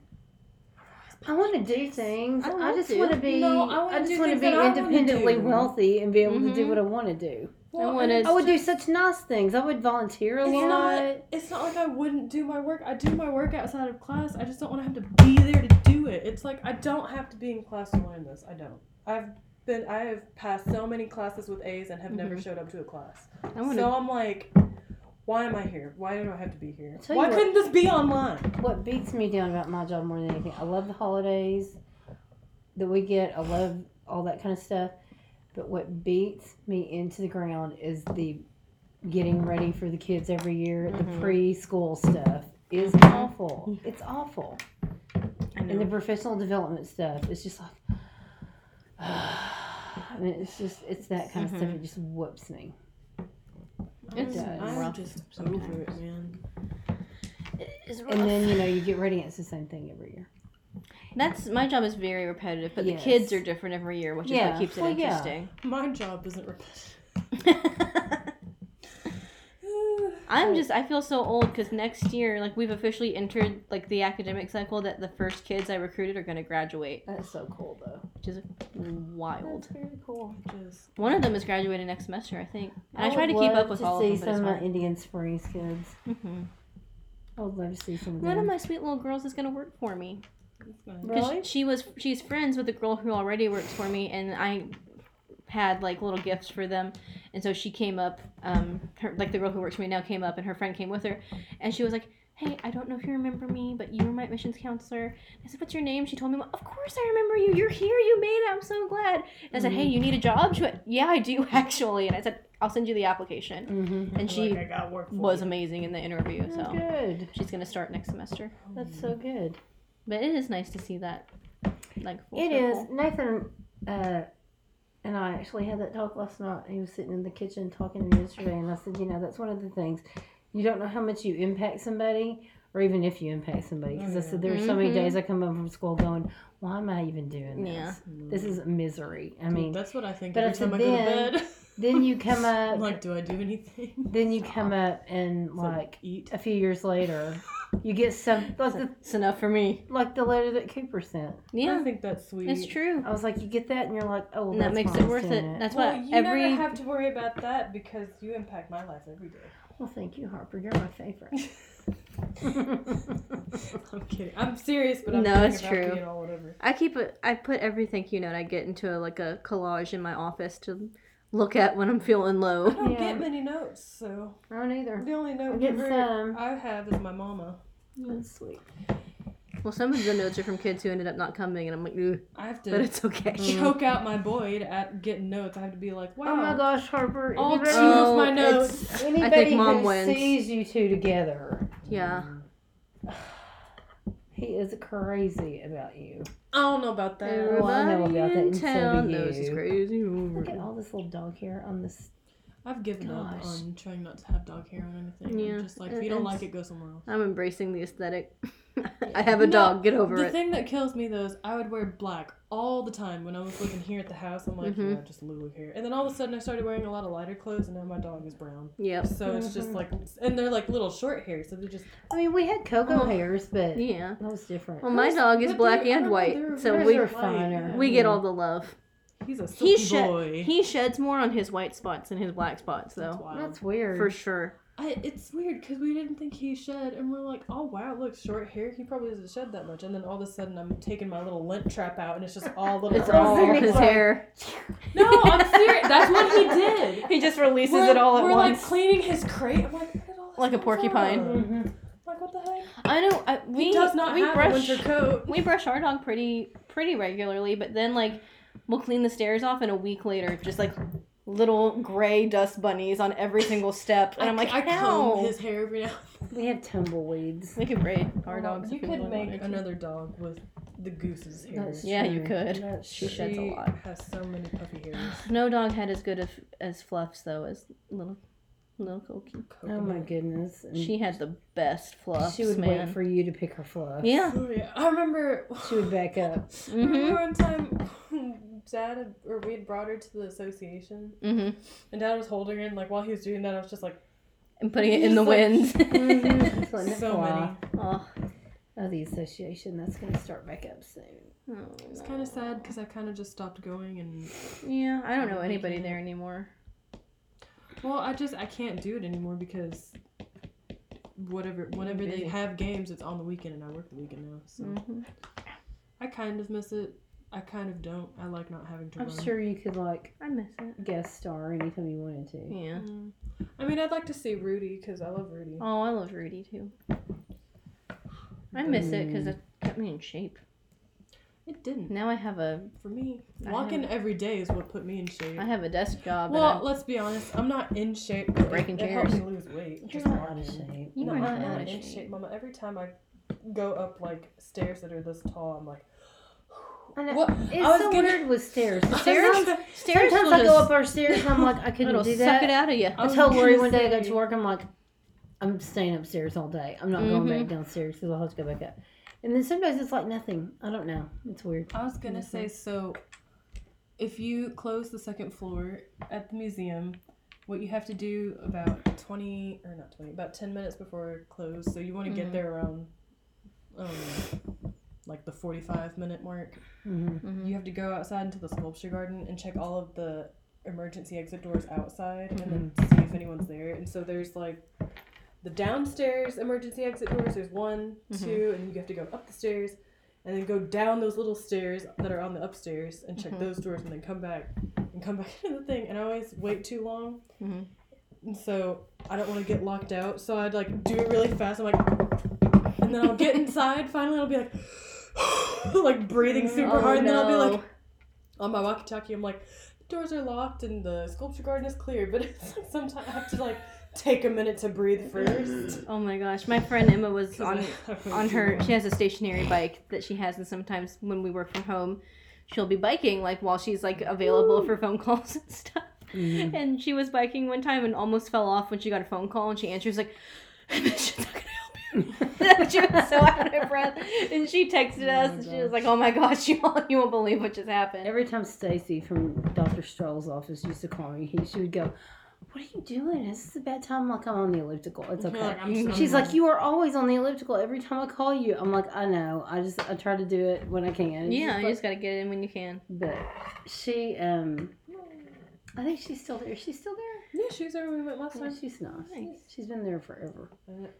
Speaker 4: I want to do things.
Speaker 1: I
Speaker 4: I,
Speaker 1: want
Speaker 4: just
Speaker 1: to.
Speaker 4: want to be.
Speaker 3: No, I
Speaker 4: I,
Speaker 3: wanna do
Speaker 4: just want to
Speaker 3: things
Speaker 4: be
Speaker 3: that I wanna
Speaker 4: independently
Speaker 3: do. Mm-hmm.
Speaker 4: wealthy and be able to
Speaker 1: Mhm.
Speaker 4: do what I want to do.
Speaker 1: I want to.
Speaker 4: I would do such nice things. I would volunteer a
Speaker 3: It's
Speaker 4: lot.
Speaker 3: not. It's not like I wouldn't do my work. I do my work outside of class. I just don't want to have to be there to do it. It's like I don't have to be in class to learn this. I don't. I've been. I have passed so many classes with A's and have never
Speaker 1: Mhm.
Speaker 3: showed up to a class.
Speaker 1: I want to.
Speaker 3: So I'm like, why am I here? Why do I have to be here?
Speaker 4: Tell you
Speaker 3: Why
Speaker 4: what-
Speaker 3: couldn't this be online?
Speaker 4: What beats me down about my job more than anything, I love the holidays that we get. I love all that kind of stuff. But what beats me into the ground is the getting ready for the kids every year,
Speaker 1: Mhm.
Speaker 3: Mm-hmm.
Speaker 4: the preschool stuff is awful. It's awful.
Speaker 1: I know.
Speaker 4: And the professional development stuff, it's just like, I mean, it's just, it's that kind of stuff.
Speaker 1: Mhm.
Speaker 4: It just whoops me.
Speaker 1: It's
Speaker 4: does.
Speaker 3: I'm
Speaker 1: rough
Speaker 3: just over
Speaker 1: sometimes.
Speaker 3: it, man.
Speaker 1: It's rough.
Speaker 4: And then, you know, you get ready and it's the same thing every year.
Speaker 1: That's my job is very repetitive, but
Speaker 4: Yes.
Speaker 1: the kids are different every year, which is
Speaker 4: Yeah.
Speaker 1: what keeps it
Speaker 4: Well, yeah.
Speaker 1: interesting.
Speaker 3: My job isn't repetitive.
Speaker 1: I'm just I feel so old because next year, like we've officially entered like the academic cycle that the first kids I recruited are going to graduate,
Speaker 4: That's so cool, though.
Speaker 1: which is wild.
Speaker 4: very cool.
Speaker 3: Just
Speaker 1: One of them is graduating next semester, I think, and I,
Speaker 4: would
Speaker 1: try to keep
Speaker 4: love
Speaker 1: up with
Speaker 4: to
Speaker 1: all
Speaker 4: see
Speaker 1: of them. But
Speaker 4: some
Speaker 1: it's
Speaker 4: of my
Speaker 1: hard.
Speaker 4: Indian Springs kids.
Speaker 1: Mhm.
Speaker 4: I would love to see some of
Speaker 1: One of
Speaker 4: them.
Speaker 1: my sweet little girls is going to work for me.
Speaker 3: it's nice.
Speaker 1: Because
Speaker 4: really?
Speaker 1: she was she's friends with the girl who already works for me, and I had like little gifts for them, and so she came up, um, her, like the girl who works for me now came up, and her friend came with her, and she was like. Hey, I don't know if you remember me, but you were my admissions counselor. I said, "What's your name?" She told me, "Of course I remember you. You're here. You made it. I'm so glad." And I said,
Speaker 4: Mm.
Speaker 1: "Hey, you need a job?" She went, "Yeah, I do actually." And I said, "I'll send you the application."
Speaker 4: Mm-hmm.
Speaker 1: And she
Speaker 3: I got work for
Speaker 1: was amazing in the interview,
Speaker 4: That's
Speaker 1: so
Speaker 4: good.
Speaker 1: she's gonna start next semester.
Speaker 4: That's so good.
Speaker 1: But it is nice to see that, like full
Speaker 4: It
Speaker 1: circle.
Speaker 4: is. Nathan uh, and I actually had that talk last night. He was sitting in the kitchen talking to me yesterday, and I said, you know, that's one of the things. You don't know how much you impact somebody or even if you impact somebody. Because I
Speaker 2: Oh,
Speaker 4: said there were so many
Speaker 1: Mhm.
Speaker 4: days I come home from school going, why am I even doing this?
Speaker 1: Yeah.
Speaker 4: This is misery. I mean,
Speaker 3: that's what I think
Speaker 4: but
Speaker 3: every
Speaker 4: I said
Speaker 3: time I go
Speaker 4: then-
Speaker 3: to bed.
Speaker 4: then you come
Speaker 3: I'm
Speaker 4: up,
Speaker 3: like, do I do anything?
Speaker 4: then you come up, and
Speaker 3: So,
Speaker 4: like
Speaker 3: eat.
Speaker 4: a few years later, you get some like the
Speaker 1: It's enough for me.
Speaker 4: like the letter that Cooper sent.
Speaker 3: I
Speaker 1: Yeah,
Speaker 3: think that's sweet.
Speaker 1: it's true.
Speaker 4: I was like, you get that, and you're like, oh, well,
Speaker 1: And that
Speaker 4: that's
Speaker 1: makes
Speaker 4: why I
Speaker 1: it
Speaker 4: was
Speaker 1: worth it.
Speaker 4: doing
Speaker 1: That's
Speaker 3: well,
Speaker 1: why
Speaker 3: you
Speaker 1: every
Speaker 3: never have to worry about that because you impact my life every day.
Speaker 4: Well, thank you, Harper. You're my favorite.
Speaker 3: I'm kidding. I'm serious, but I'm
Speaker 1: No,
Speaker 3: kidding
Speaker 1: it's
Speaker 3: about
Speaker 1: true.
Speaker 3: being all whatever.
Speaker 1: I keep it. I put everything you know. I get into a, like a collage in my office to look at when I'm feeling
Speaker 3: I
Speaker 1: low.
Speaker 3: don't
Speaker 4: Yeah.
Speaker 3: get many notes, so
Speaker 4: no, neither.
Speaker 3: the only
Speaker 4: I
Speaker 3: note
Speaker 4: get
Speaker 3: giver
Speaker 1: uh,
Speaker 4: some.
Speaker 3: I have is my mama.
Speaker 4: That's sweet.
Speaker 1: Well, some of the notes are from kids who ended up not coming, and I'm like, Ugh,
Speaker 3: I
Speaker 1: but
Speaker 3: have to
Speaker 4: Mm-hmm.
Speaker 1: it's okay.
Speaker 3: choke out my Boyd at getting notes. I have to be like, wow.
Speaker 4: Oh my gosh, Harper.
Speaker 3: All
Speaker 4: anybody-
Speaker 3: two of
Speaker 1: Oh,
Speaker 3: my
Speaker 1: it's-
Speaker 3: notes.
Speaker 4: Anybody
Speaker 1: Mom
Speaker 4: who
Speaker 1: wins.
Speaker 4: sees you two together,
Speaker 1: Yeah.
Speaker 4: he is crazy about you.
Speaker 3: I don't know about that.
Speaker 4: Ew. Well, I know
Speaker 1: Everybody
Speaker 4: about that, and
Speaker 1: in
Speaker 4: so do
Speaker 1: town knows it's
Speaker 4: you.
Speaker 1: crazy.
Speaker 4: Look at all this little dog hair on this.
Speaker 3: I've given up
Speaker 4: Gosh.
Speaker 3: on trying not to have dog hair on anything.
Speaker 1: Yeah,
Speaker 3: I'm just like, if you
Speaker 1: it-
Speaker 3: don't
Speaker 1: it's-
Speaker 3: like it, go somewhere else.
Speaker 1: I'm embracing the aesthetic. I have a
Speaker 3: No,
Speaker 1: dog. Get over
Speaker 3: the
Speaker 1: it.
Speaker 3: thing that kills me though is I would wear black all the time when I was living here at the house. I'm like,
Speaker 1: Mhm.
Speaker 3: yeah, just Lulu hair. And then all of a sudden, I started wearing a lot of lighter clothes, and now my dog is brown.
Speaker 1: Yep.
Speaker 3: So it's
Speaker 1: Mm-hmm.
Speaker 3: just like, and they're like little short hair, so they just
Speaker 4: I mean, we had cocoa hairs, but
Speaker 1: Oh. Yeah.
Speaker 4: that was different.
Speaker 1: Well, my
Speaker 3: Hers-
Speaker 1: dog is
Speaker 3: but
Speaker 1: black
Speaker 3: they're- I
Speaker 1: and
Speaker 3: don't know, they're
Speaker 1: white, so
Speaker 4: Hers
Speaker 3: very
Speaker 1: we
Speaker 4: are
Speaker 3: light,
Speaker 4: finer.
Speaker 3: yeah.
Speaker 1: we get all the love.
Speaker 3: He's
Speaker 1: He
Speaker 3: a silky
Speaker 1: shed
Speaker 3: boy.
Speaker 1: he sheds more on his white spots than his black spots,
Speaker 3: That's
Speaker 1: though,
Speaker 3: wild.
Speaker 4: That's weird.
Speaker 1: for sure.
Speaker 3: I, it's weird because we didn't think he shed, and we're like, oh wow, look, short hair. He probably doesn't shed that much. And then all of a sudden, I'm taking my little lint trap out, and it's just all little.
Speaker 1: It's
Speaker 3: curls.
Speaker 1: all
Speaker 4: Frozen
Speaker 1: his
Speaker 4: McFly.
Speaker 1: hair.
Speaker 3: No, I'm serious. That's what he did.
Speaker 1: He just releases
Speaker 3: we're we're like cleaning his crate. I'm like, "Look at all this
Speaker 1: Like a
Speaker 3: stuff
Speaker 1: porcupine.
Speaker 3: up."
Speaker 4: Mhm.
Speaker 3: Like what the heck?
Speaker 1: I know. I, we
Speaker 3: he does not
Speaker 1: we
Speaker 3: have
Speaker 1: brush
Speaker 3: a winter coat.
Speaker 1: we brush our dog pretty pretty regularly, but then like we'll clean the stairs off, and a week later, just like little gray dust bunnies on every single step, and I'm like,
Speaker 3: I
Speaker 1: how?
Speaker 3: comb his hair every now.
Speaker 4: We had tumbleweeds.
Speaker 1: We could braid our
Speaker 3: Well,
Speaker 1: dogs.
Speaker 3: Oh, You
Speaker 1: if we
Speaker 3: could
Speaker 1: really
Speaker 3: make
Speaker 1: wanted to.
Speaker 3: another dog with the goose's hair.
Speaker 4: That's
Speaker 1: Yeah, you
Speaker 4: true.
Speaker 1: could.
Speaker 4: That's
Speaker 1: She
Speaker 4: true.
Speaker 1: sheds a lot.
Speaker 3: Has so many puffy hairs.
Speaker 1: No dog had as good of, as fluffs though as little little Koki.
Speaker 4: Oh my
Speaker 3: Coconut.
Speaker 4: goodness.
Speaker 3: Mm.
Speaker 4: And
Speaker 1: She had the best fluffs,
Speaker 4: she would
Speaker 1: man.
Speaker 4: wait for you to pick her fluff.
Speaker 1: yeah.
Speaker 3: Oh yeah, I remember.
Speaker 4: She would back up.
Speaker 1: Mhm.
Speaker 3: Remember one time, Dad had, or we had brought her to the association,
Speaker 1: Mm-hmm.
Speaker 3: and Dad was holding her, and like while he was doing that, I was just like,
Speaker 1: And putting it
Speaker 3: He's
Speaker 1: in the
Speaker 3: like-
Speaker 1: wind. Mm-hmm.
Speaker 4: Mhm. Just letting it
Speaker 3: so many.
Speaker 4: fly.
Speaker 1: oh,
Speaker 4: Oh, the association. That's going to start back up soon.
Speaker 1: oh,
Speaker 3: It's
Speaker 1: no.
Speaker 3: kind of sad because I kind of just stopped going, and
Speaker 1: Yeah, I don't know anybody there anymore.
Speaker 3: well, I just I can't do it anymore because whatever whenever they
Speaker 4: busy.
Speaker 3: have games, it's on the weekend, and I work the weekend now, so
Speaker 1: Mhm.
Speaker 3: I kind of miss it. I kind of don't. I like not having to
Speaker 4: I'm
Speaker 3: run.
Speaker 4: sure you could, like,
Speaker 1: I miss it.
Speaker 4: guest star anytime you wanted to.
Speaker 1: Yeah.
Speaker 3: Mm. I mean, I'd like to see Rudy because I love Rudy.
Speaker 1: Oh, I love Rudy too. I miss it because it kept me in shape.
Speaker 3: It didn't
Speaker 1: Now I have a
Speaker 3: for me.
Speaker 1: I
Speaker 3: Walking every day is what put me in shape.
Speaker 1: I have a desk job.
Speaker 3: Well,
Speaker 1: and
Speaker 3: let's be honest. I'm not in shape. but
Speaker 1: Breaking
Speaker 3: it, it helped
Speaker 1: chairs.
Speaker 3: me lose weight.
Speaker 4: Just
Speaker 3: Just
Speaker 4: out of
Speaker 3: walking.
Speaker 4: shape.
Speaker 1: You
Speaker 3: No,
Speaker 1: are
Speaker 3: I'm
Speaker 1: not
Speaker 3: not
Speaker 1: in
Speaker 3: in
Speaker 1: shape.
Speaker 3: shape, Mama. Every time I go up like stairs that are this tall, I'm like,
Speaker 4: I know.
Speaker 3: what?
Speaker 4: It's
Speaker 3: I was
Speaker 4: so
Speaker 3: gonna-
Speaker 4: weird with stairs.
Speaker 3: I was
Speaker 4: Stairs.
Speaker 3: gonna-
Speaker 1: I, stairs
Speaker 4: Sometimes
Speaker 1: will
Speaker 4: I
Speaker 1: just,
Speaker 4: go up our stairs and I'm like, I couldn't
Speaker 1: it'll
Speaker 4: do
Speaker 1: suck it
Speaker 4: that.
Speaker 1: out of you.
Speaker 4: I
Speaker 3: was
Speaker 4: told Lori
Speaker 3: gonna
Speaker 4: one day I got
Speaker 3: say-
Speaker 4: to work, I'm like, I'm staying upstairs all day. I'm not
Speaker 1: Mhm.
Speaker 3: Mm-hmm.
Speaker 4: going back downstairs because I'll have to go back up. And then sometimes it's like nothing. I don't know. It's weird.
Speaker 3: I was gonna say so. If you close the second floor at the museum, what you have to do about twenty or not twenty, about ten minutes before close. So you want to
Speaker 1: Mhm.
Speaker 3: get there around, um, like the forty-five minute mark.
Speaker 4: hmm
Speaker 1: Mhm.
Speaker 3: You have to go outside into the sculpture garden and check all of the emergency exit doors outside and then see if anyone's there. And so there's like the downstairs emergency exit doors, there's one,
Speaker 1: Mhm.
Speaker 3: two, and you have to go up the stairs and then go down those little stairs that are on the upstairs and check
Speaker 1: Mhm.
Speaker 3: those doors and then come back and come back into the thing. And I always wait too long.
Speaker 1: Mhm.
Speaker 3: And so I don't want to get locked out. So I'd like do it really fast. I'm like, and then I'll get inside. Finally, I'll be like, like breathing super
Speaker 1: Oh,
Speaker 3: hard. And then I'll be
Speaker 1: no.
Speaker 3: like, on my walkie-talkie, I'm like, the doors are locked and the sculpture garden is clear, but it's like sometimes I have to like take a minute to breathe first.
Speaker 1: Oh my gosh, my friend Emma was
Speaker 3: 'Cause
Speaker 1: on
Speaker 3: I- I've been
Speaker 1: on
Speaker 3: too
Speaker 1: her.
Speaker 3: long.
Speaker 1: She has a stationary bike that she has, and sometimes when we work from home, she'll be biking like while she's like available for phone calls and stuff.
Speaker 4: Mm-hmm.
Speaker 1: And she was biking one time and almost fell off when she got a phone call, and she answers like, "She's not gonna help you." she was so out of breath. And she texted
Speaker 4: Oh
Speaker 1: us
Speaker 4: my
Speaker 1: and she
Speaker 4: gosh.
Speaker 1: was like, oh my gosh, you won't, you won't believe what just happened.
Speaker 4: Every time Stacy from Dr. Stroll's office used to call me, he, she would go, What are you doing? Is this a bad time? I'm like, I'm on the elliptical. It's
Speaker 3: You're
Speaker 4: okay.
Speaker 3: like, I'm just-
Speaker 4: She's like, You are always on the elliptical every time I call you. I'm like, I know. I just, I try to do it when I can. And she's
Speaker 1: Yeah,
Speaker 4: like-
Speaker 1: you just gotta get it in when you can.
Speaker 4: but she, um, I think she's still there. She's still there?
Speaker 3: Yeah, she was there when we went last
Speaker 4: Yeah,
Speaker 3: time. Uh,
Speaker 4: she's not.
Speaker 1: Nice.
Speaker 4: She's been there forever.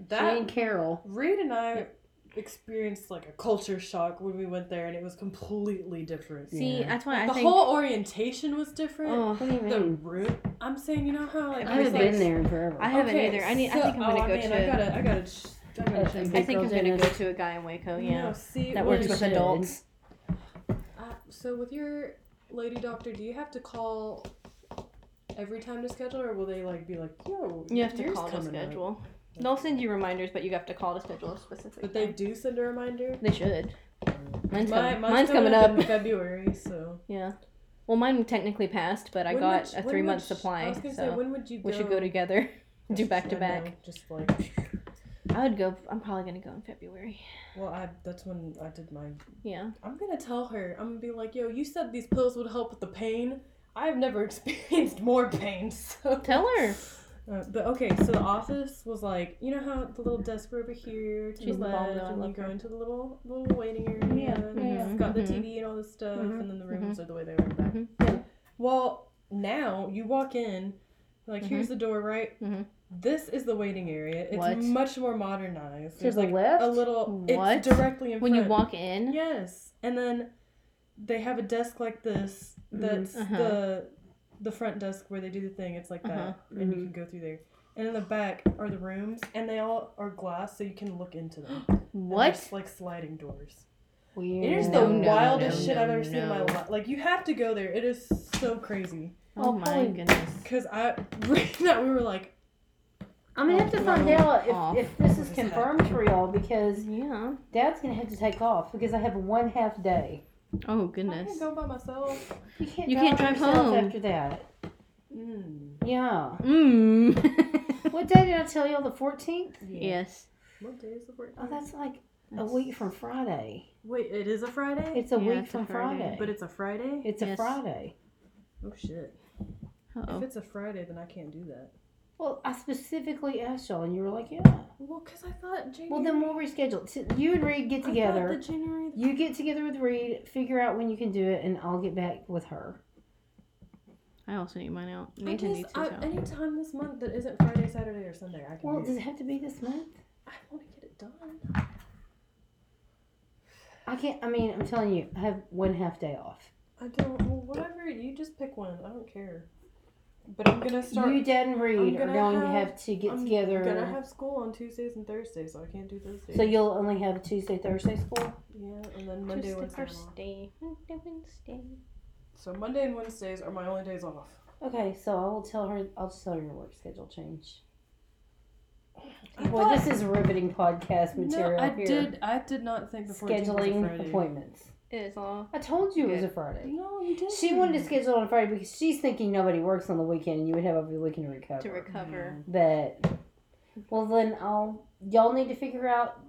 Speaker 3: That
Speaker 4: she and Carol.
Speaker 3: Reed and I experienced like a culture shock when we went there, and it was completely different.
Speaker 1: See,
Speaker 4: Yeah.
Speaker 1: that's why I
Speaker 3: the
Speaker 1: think.
Speaker 3: whole orientation was different.
Speaker 1: oh,
Speaker 4: What do you
Speaker 3: The
Speaker 4: mean?
Speaker 3: route. I'm saying, you know how like
Speaker 4: I haven't
Speaker 3: there's, like,
Speaker 4: been there in forever.
Speaker 1: I haven't
Speaker 3: Okay,
Speaker 1: either. I need. I
Speaker 3: so-
Speaker 1: think I'm gonna
Speaker 3: oh,
Speaker 1: go
Speaker 3: I mean,
Speaker 1: to.
Speaker 3: I gotta. I gotta. Sh- I
Speaker 4: Uh,
Speaker 3: gotta
Speaker 4: and
Speaker 3: check.
Speaker 1: I think I'm gonna
Speaker 4: Girls
Speaker 1: go
Speaker 4: Dinner.
Speaker 1: to a guy in Waco.
Speaker 3: No,
Speaker 1: Yeah,
Speaker 3: see,
Speaker 1: that
Speaker 3: well,
Speaker 1: works with
Speaker 4: should.
Speaker 1: adults.
Speaker 3: uh, so with your lady doctor, do you have to call every time to schedule, or will they like be like, yo,
Speaker 1: You have to
Speaker 3: yours
Speaker 1: call to
Speaker 3: coming up?
Speaker 1: schedule. They'll send you reminders, but you have to call to schedule a specific.
Speaker 3: But they
Speaker 1: time.
Speaker 3: do send a reminder.
Speaker 1: They should. Mine's,
Speaker 3: My-
Speaker 1: coming, mine's coming up.
Speaker 3: in February, so
Speaker 1: yeah. Well, mine technically passed, but I
Speaker 3: When
Speaker 1: got
Speaker 3: would-
Speaker 1: a
Speaker 3: when
Speaker 1: three month
Speaker 3: would sh-
Speaker 1: supply.
Speaker 3: I was gonna
Speaker 1: so
Speaker 3: say, when would you? Go?
Speaker 1: we should go together, do back to
Speaker 3: I know,
Speaker 1: back.
Speaker 3: Just like,
Speaker 1: I would go. I'm probably gonna go in February.
Speaker 3: well, I that's when I did mine.
Speaker 1: Yeah.
Speaker 3: I'm gonna tell her. I'm gonna be like, yo, you said these pills would help with the pain. I've never experienced more pain, so.
Speaker 1: Tell her.
Speaker 3: Uh, but okay, so the office was like, you know how the little desk were over here to
Speaker 1: She's
Speaker 3: the
Speaker 1: the ball
Speaker 3: left,
Speaker 1: though, I
Speaker 3: and you
Speaker 1: love
Speaker 3: go
Speaker 1: her.
Speaker 3: into the little little waiting area.
Speaker 5: Yeah,
Speaker 3: and
Speaker 1: yeah.
Speaker 3: It's got the
Speaker 1: Mhm.
Speaker 3: TV and all this stuff,
Speaker 4: Mhm.
Speaker 3: and then the
Speaker 1: Mhm.
Speaker 3: rooms are the way they were in the back.
Speaker 1: Mhm.
Speaker 4: Yeah.
Speaker 3: Well, now you walk in, like here's the door, right?
Speaker 1: Mhm.
Speaker 3: This is the waiting area. It's
Speaker 1: What?
Speaker 3: much more modernized.
Speaker 4: To
Speaker 3: There's
Speaker 4: the
Speaker 3: like
Speaker 4: left?
Speaker 3: a little.
Speaker 1: What?
Speaker 3: It's directly in
Speaker 1: When you
Speaker 3: front.
Speaker 1: walk in.
Speaker 3: Yes, and then they have a desk like this. That's
Speaker 1: Mhm. Uh-huh.
Speaker 3: the the front desk where they do the thing. It's like
Speaker 1: Uh-huh.
Speaker 3: that, and you can go through there. And in the back are the rooms, and they all are glass, so you can look into them. And
Speaker 1: What?
Speaker 3: there's, like sliding doors.
Speaker 4: Weird.
Speaker 3: It is
Speaker 1: No,
Speaker 3: the
Speaker 1: no,
Speaker 3: wildest
Speaker 1: no,
Speaker 3: shit I've
Speaker 1: no,
Speaker 3: ever seen in my
Speaker 1: no.
Speaker 3: life. Like you have to go there. It is so crazy.
Speaker 1: Oh my
Speaker 4: holy-
Speaker 1: goodness.
Speaker 3: Cause I that we were like,
Speaker 4: I'm gonna have to find
Speaker 1: Oh,
Speaker 4: out
Speaker 1: off.
Speaker 4: if, if this is
Speaker 3: What is
Speaker 4: confirmed for y'all because
Speaker 1: Yeah.
Speaker 4: Dad's gonna have to take off because I have one half day.
Speaker 1: Oh
Speaker 3: I
Speaker 1: goodness.
Speaker 3: can go by myself.
Speaker 4: You can't.
Speaker 1: You can't drive
Speaker 4: yourself
Speaker 1: home.
Speaker 4: after that.
Speaker 3: Mm,
Speaker 4: Yeah.
Speaker 1: Mmm.
Speaker 4: What day did I tell y'all? The 14th.
Speaker 1: yes.
Speaker 3: What day is the work?
Speaker 4: Oh, that's like a
Speaker 3: Oh,
Speaker 4: week from Friday.
Speaker 3: Wait, it is a Friday.
Speaker 4: It's a
Speaker 1: Yeah,
Speaker 4: week
Speaker 1: it's a
Speaker 4: from
Speaker 1: Friday.
Speaker 4: Friday.
Speaker 3: but it's a Friday.
Speaker 4: it's a
Speaker 1: Yes.
Speaker 4: Friday.
Speaker 3: oh shit! If
Speaker 1: Uh-oh.
Speaker 3: it's a Friday, then I can't do that.
Speaker 4: Well, I specifically asked y'all, and you were like, "Yeah."
Speaker 3: Well, because I thought January.
Speaker 4: Well, then we'll reschedule. T- You and Reed get
Speaker 3: I
Speaker 4: together.
Speaker 3: thought the January.
Speaker 4: You get together with Reed. Figure out when you can do it, and I'll get back with her.
Speaker 1: I also need mine out.
Speaker 3: I
Speaker 1: Nathan
Speaker 3: just,
Speaker 1: needs his
Speaker 3: I,
Speaker 1: out.
Speaker 3: any time this month that isn't Friday, Saturday, or Sunday, I can
Speaker 4: Well,
Speaker 3: do
Speaker 4: does it have to be this month?
Speaker 3: I want to get it done.
Speaker 4: I can't. I mean, I'm telling you, I have one half day off.
Speaker 3: I don't. Well, whatever. You just pick one. I don't care. But I'm gonna start.
Speaker 4: you, Dad, and Reed are
Speaker 3: gonna
Speaker 4: going to
Speaker 3: have-
Speaker 4: have to get
Speaker 3: I'm
Speaker 4: together.
Speaker 3: gonna have school on Tuesdays and Thursdays, so I can't do those days.
Speaker 4: so you'll only have Tuesday, Thursday school.
Speaker 3: yeah, and then Monday, Wednesday. I'm off.
Speaker 1: Wednesday. Monday, Wednesday.
Speaker 3: So Monday and Wednesdays are my only days off.
Speaker 4: Okay, so I will tell her. I'll just tell her your work schedule change.
Speaker 3: I
Speaker 4: Well,
Speaker 3: thought-
Speaker 4: this is riveting podcast material
Speaker 3: No, I
Speaker 4: here.
Speaker 3: did. I did not think the 14th was a
Speaker 4: Scheduling
Speaker 3: Friday.
Speaker 4: appointments.
Speaker 1: It is all.
Speaker 4: I told you it was a
Speaker 1: Good.
Speaker 4: Friday.
Speaker 3: No, you did.
Speaker 4: She wanted to schedule on Friday because she's thinking nobody works on the weekend, and you would have over the weekend to recover.
Speaker 1: To
Speaker 4: Mm-hmm.
Speaker 1: recover.
Speaker 4: but well, then I'll. Y'all need to figure out.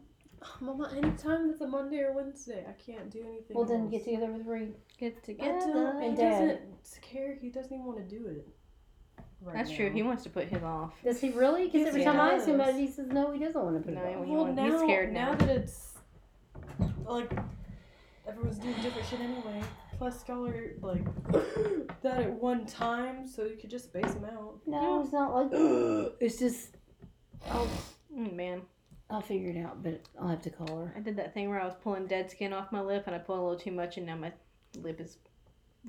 Speaker 3: Mama, anytime it's a Monday or Wednesday, I can't do anything.
Speaker 4: Well, then
Speaker 3: else.
Speaker 4: get together with Reed.
Speaker 1: Get
Speaker 3: I don't-
Speaker 1: together.
Speaker 4: And
Speaker 3: um, he
Speaker 4: Dad.
Speaker 3: doesn't care. He doesn't even want to do it. Right
Speaker 1: That's
Speaker 3: now.
Speaker 1: true. He wants to put his off.
Speaker 4: Does he really? Because
Speaker 3: Yes,
Speaker 4: every
Speaker 3: he
Speaker 4: time I ask him
Speaker 3: does.
Speaker 4: about it, he says no, he doesn't want to put it
Speaker 1: No,
Speaker 4: on.
Speaker 1: he
Speaker 3: Well,
Speaker 1: He's
Speaker 3: now,
Speaker 1: scared
Speaker 3: now.
Speaker 1: now.
Speaker 3: that it's like everyone's doing different shit anyway. Plus, y'all are like that at one time, so you could just space them out.
Speaker 4: No, it's not like. it's just. I'll,
Speaker 1: Mm, man,
Speaker 4: I'll figure it out, but I'll have to call her.
Speaker 1: I did that thing where I was pulling dead skin off my lip, and I pulled a little too much, and now my lip is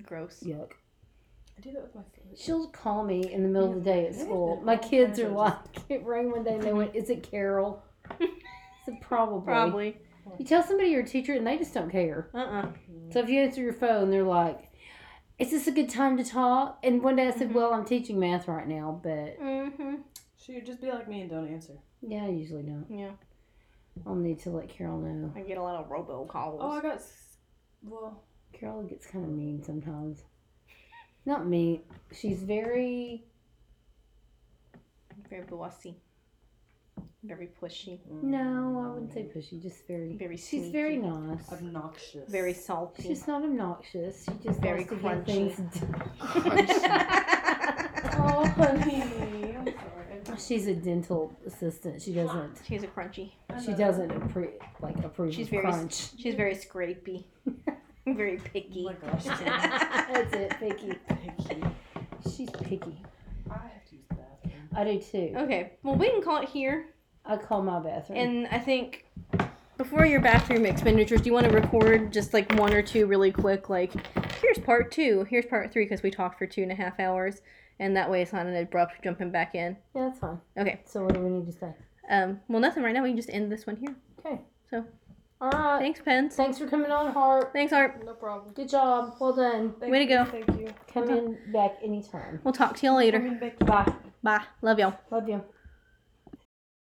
Speaker 1: gross.
Speaker 4: Yuck.
Speaker 3: I do that with my foot.
Speaker 4: She'll call me in the middle of the day at
Speaker 3: Maybe
Speaker 4: school.
Speaker 3: it's
Speaker 4: My
Speaker 3: been
Speaker 4: kids are
Speaker 3: all
Speaker 4: like, it rang one day and they went, Is it Carol? It's probably.
Speaker 1: Probably.
Speaker 4: You tell somebody you're a teacher and they just don't care.
Speaker 1: Uh uh
Speaker 4: So if you answer your phone, they're like, Is this a good time to talk? And one day I said,
Speaker 1: Mhm.
Speaker 4: Well, I'm teaching math right now, but
Speaker 1: Mm-hmm.
Speaker 3: She would just be like me and don't answer.
Speaker 4: yeah, I usually don't.
Speaker 1: Yeah.
Speaker 4: I'll need to let Carol know.
Speaker 1: I get a lot of robocalls.
Speaker 3: Oh, I got. s- Well,
Speaker 4: Carol gets kind of mean sometimes. Not mean. She's very
Speaker 1: Very bossy. Very pushy.
Speaker 4: No, I wouldn't say pushy. Just very.
Speaker 1: Very
Speaker 4: Mm. She's very
Speaker 1: sneaky.
Speaker 4: nice.
Speaker 3: Obnoxious.
Speaker 1: Very salty.
Speaker 4: She's not obnoxious. She just
Speaker 1: Very
Speaker 4: very likes to get
Speaker 1: crunchy.
Speaker 4: things. done.
Speaker 3: Oh, honey. I'm sorry.
Speaker 4: She's a dental assistant. She doesn't.
Speaker 1: She's a crunchy.
Speaker 3: I
Speaker 4: She
Speaker 3: know.
Speaker 4: doesn't approve. Like approve
Speaker 1: She's
Speaker 4: of
Speaker 1: very s-
Speaker 4: crunch.
Speaker 1: She's very scrapey. very picky.
Speaker 3: Oh my gosh. Jen,
Speaker 4: That's it, picky.
Speaker 3: Thank you.
Speaker 4: She's picky.
Speaker 3: I have to use the bathroom.
Speaker 4: I do too.
Speaker 1: okay. Well, we can call it here.
Speaker 4: I call my bathroom.
Speaker 1: And I think before your bathroom expenditures, do you want to record just like one or two really quick? Like, here's part two, here's part three, because we talked for two and a half hours, and that way it's not an abrupt jumping back in.
Speaker 4: yeah, that's fine.
Speaker 1: Okay.
Speaker 4: So what do we need to say?
Speaker 1: Um, well, nothing right now. We can just end this one here.
Speaker 4: Okay.
Speaker 1: So-
Speaker 4: All right.
Speaker 1: Thanks, Pence.
Speaker 4: Thanks for coming on, Hart.
Speaker 1: Thanks, Art.
Speaker 3: No problem.
Speaker 4: Good job. Well done.
Speaker 3: Thank
Speaker 1: Way to
Speaker 3: you,
Speaker 1: go.
Speaker 3: Thank you.
Speaker 4: Come in back anytime.
Speaker 1: We'll talk to y'all later.
Speaker 3: Coming back
Speaker 4: Bye.
Speaker 1: Bye. Love y'all.
Speaker 4: Love you.